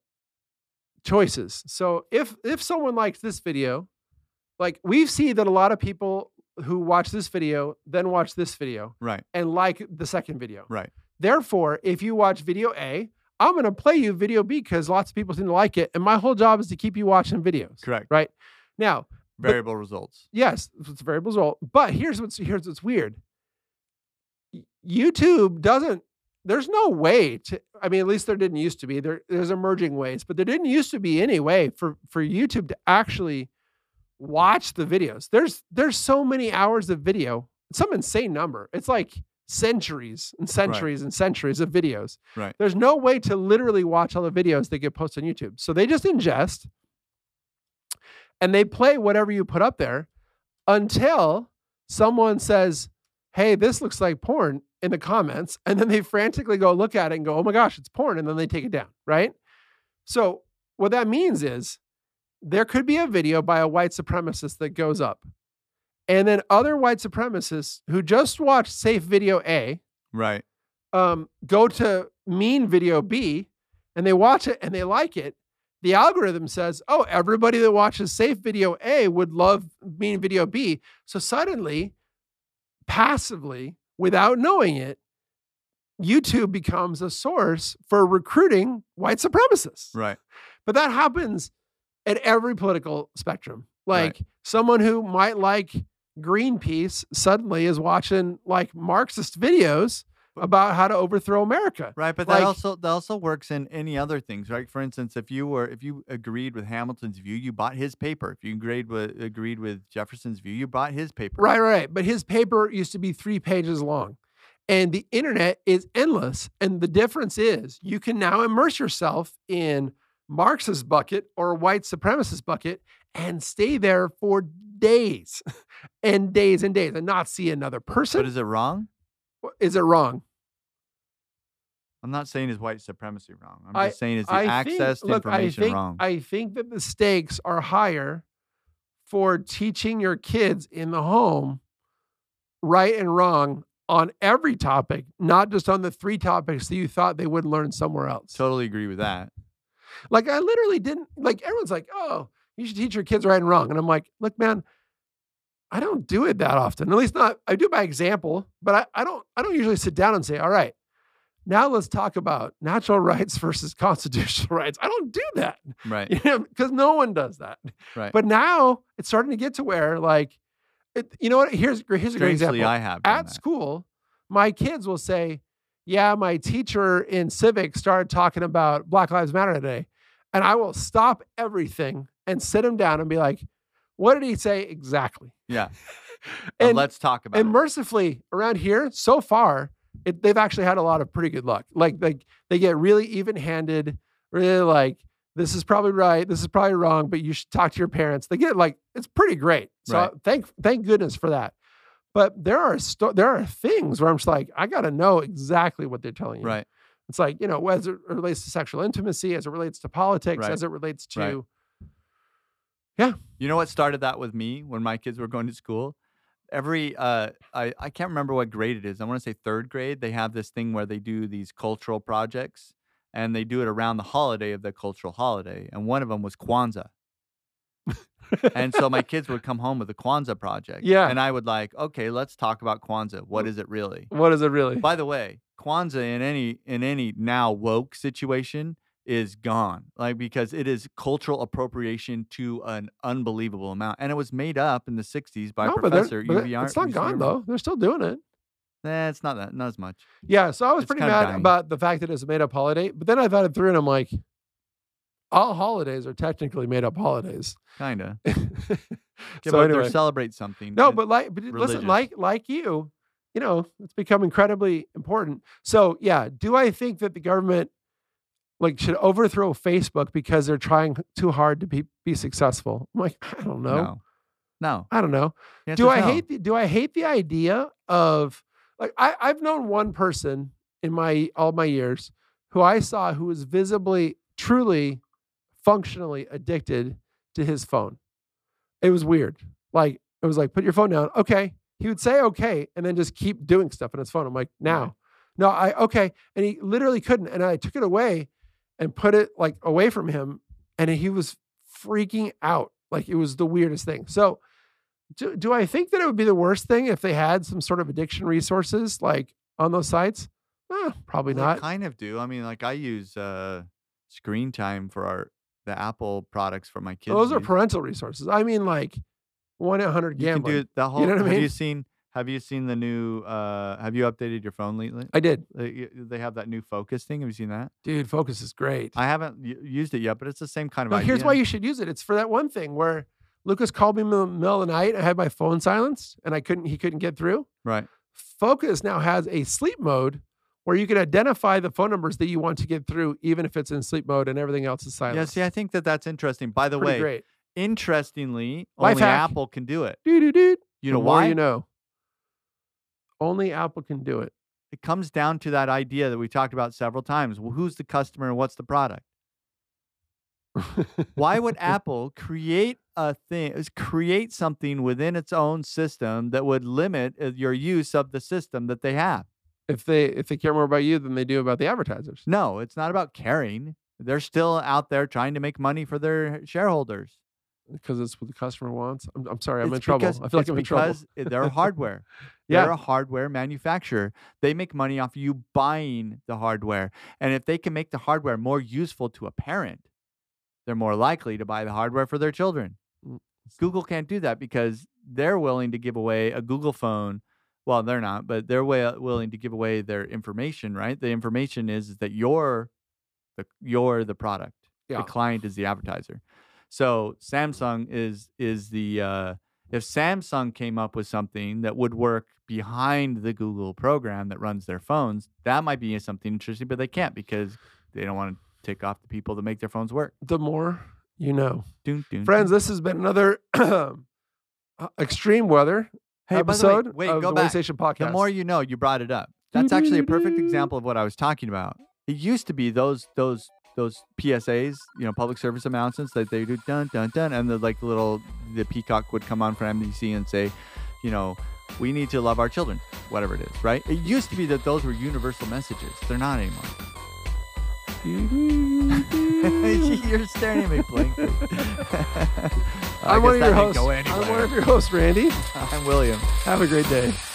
choices. So if if someone liked this video, like we see that a lot of people who watch this video then watch this video Right. and like the second video. Right. Therefore, if you watch video A, I'm going to play you video B because lots of people seem to like it, and my whole job is to keep you watching videos. Correct. Right. Now, but- Variable results. yes, it's a variable result. But here's what's here's what's weird. Y- YouTube doesn't. There's no way to. I mean, at least there didn't used to be. There, there's emerging ways, but there didn't used to be any way for for YouTube to actually watch the videos. There's there's so many hours of video. Some insane number. It's like centuries and centuries and centuries of videos. Right. There's no way to literally watch all the videos that get posted on YouTube. So they just ingest and they play whatever you put up there until someone says, Hey, this looks like porn in the comments. And then they frantically go look at it and go, Oh my gosh, it's porn. And then they take it down. Right. So what that means is there could be a video by a white supremacist that goes up. And then other white supremacists who just watched safe video A Right. um, go to mean video B and they watch it and they like it, the algorithm says, oh, everybody that watches safe video A would love mean video B. So suddenly, passively, without knowing it, YouTube becomes a source for recruiting white supremacists. Right. But that happens at every political spectrum. Right. Like someone who might like Greenpeace suddenly is watching like Marxist videos about how to overthrow America. Right, but Like- that also that also works in any other things, right? For instance, if you were if you agreed with Hamilton's view, you bought his paper. If you agreed with agreed with Jefferson's view, you bought his paper. Right, right. right. But his paper used to be three pages long. And the internet is endless. And the difference is you can now immerse yourself in Marx's bucket or white supremacist bucket and stay there for days and days and days and not see another But person. is it wrong? is it wrong? I'm not saying is white supremacy wrong. I'm I- just saying is the I think- access to look, information I think, wrong. I think that the stakes are higher for teaching your kids in the home right and wrong on every topic, not just on the three topics that you thought they would learn somewhere else. totally agree with that. Like I literally didn't like everyone's like, oh, you should teach your kids right and wrong. And I'm like, look, man, I don't do it that often. At least not I do by example, but I, I don't I don't usually sit down and say, all right, now let's talk about natural rights versus constitutional rights. I don't do that. Right. Because no one does that. Right. But now it's starting to get to where like it, you know what? Here's here's a great Strangely, example I have done at that. school, my kids will say, Yeah, my teacher in civics started talking about Black Lives Matter today. And I will stop everything and sit him down and be like, What did he say exactly? Yeah. And, And, let's talk about and it. mercifully, around here, so far, it, they've actually had a lot of pretty good luck. Like, like they get really even handed, really like, this is probably right. This is probably wrong, but you should talk to your parents. They get like it's pretty great. So Right. thank thank goodness for that. But there are sto- there are things where I'm just like I got to know exactly what they're telling you. right. It's like you know as it relates to sexual intimacy, as it relates to politics, Right. as it relates to Right. You know what started that with me when my kids were going to school? Every uh I, I can't remember what grade it is. I want to say third grade, they have this thing where they do these cultural projects and they do it around the holiday of the cultural holiday. And one of them was Kwanzaa. and so my kids would come home with a Kwanzaa project. Yeah. And I would like, okay, let's talk about Kwanzaa. What is it really? what is it really? By the way, Kwanzaa in any in any now woke situation is gone, like because it is cultural appropriation to an unbelievable amount, and it was made up in the '60s by no, but, they're- Professor but UVR. it's not gone though. They're still doing it. Nah, Eh, it's not that not as much. Yeah, so I was It's pretty kinda mad dying. about the fact that it's a made up holiday, but then I thought it through and I'm like, all holidays are technically made up holidays. Kinda. so Yeah, but anyway. they celebrate something. no, and- but like, but religious. listen, like like you, you know, it's become incredibly important. So yeah, do I think that the government like should overthrow Facebook because they're trying too hard to be be successful? I'm like, I don't know. no, No. I don't know. The do answer's I no. hate the, do I hate the idea of like I, I've known one person in my all my years who I saw who was visibly, truly, functionally addicted to his phone. It was weird. Like it was like, put your phone down. Okay. He would say okay and then just keep doing stuff on his phone. I'm like, now. No, I okay. And he literally couldn't. And I took it away and put it like away from him. And he was freaking out. Like it was the weirdest thing. So do, do I think that it would be the worst thing if they had some sort of addiction resources like on those sites? Eh, probably Well, not. They kind of do. I mean, like I use uh, Screen Time for our the Apple products for my kids. Those are use. parental resources. I mean, like one eight hundred you can gambling. do it- the whole. know what I have mean? you seen? Have you seen the new? Uh, have you updated your phone lately? I did, They they have that new Focus thing. Have you seen that? dude. Focus is great. I haven't u- used it yet, but it's the same kind of No, idea. here's why you should use it. It's for that one thing where Lucas called me in the middle of the night. I had my phone silenced, and I couldn't. He couldn't get through. right. Focus now has a sleep mode where you can identify the phone numbers that you want to get through, even if it's in sleep mode and everything else is Yeah. silenced. See, I think that that's interesting. By the Pretty way, great. interestingly, Life only hack. Apple can do it. Do do do. You know the more why? You know. Only Apple can do it. It comes down to that idea that we talked about several times. Well, who's the customer and what's the product? why would Apple create a thing, is create something within its own system that would limit uh, your use of the system that they have? if they if they care more about you than they do about the advertisers? No, it's not about caring. They're still out there trying to make money for their shareholders. Because it's what the customer wants. I'm, I'm sorry, I'm It's in trouble. because- I feel like it's I'm in trouble. because i- they're hardware. Yeah. They're a hardware manufacturer. They make money off you buying the hardware. And if they can make the hardware more useful to a parent, they're more likely to buy the hardware for their children. Mm. Google can't do that because they're willing to give away a Google phone. Well, they're not, but they're way, willing to give away their information, right? The information is that you're the, you're the product. Yeah. The client is the advertiser. So Samsung is is the uh, if Samsung came up with something that would work behind the Google program that runs their phones, that might be something interesting, but they can't because they don't want to tick off the people that make their phones work. The more you know, Dun, dun, dun. friends. This has been another uh, extreme weather Hey, by the way, episode wait, of go the back. Waystation podcast. The more you know, you brought it up. That's actually a perfect Doo-doo-doo-doo. example of what I was talking about. It used to be those those those PSAs, you know, public service announcements that they do dun dun dun, and the like little the peacock would come on from NBC and say, you know, we need to love our children, whatever it is, right? It used to be that those were universal messages. They're not anymore. You're staring at me blankly. I I'm one of guess your that didn't hosts. go I'm one anywhere. of your hosts, Randy. I'm William. Have a great day.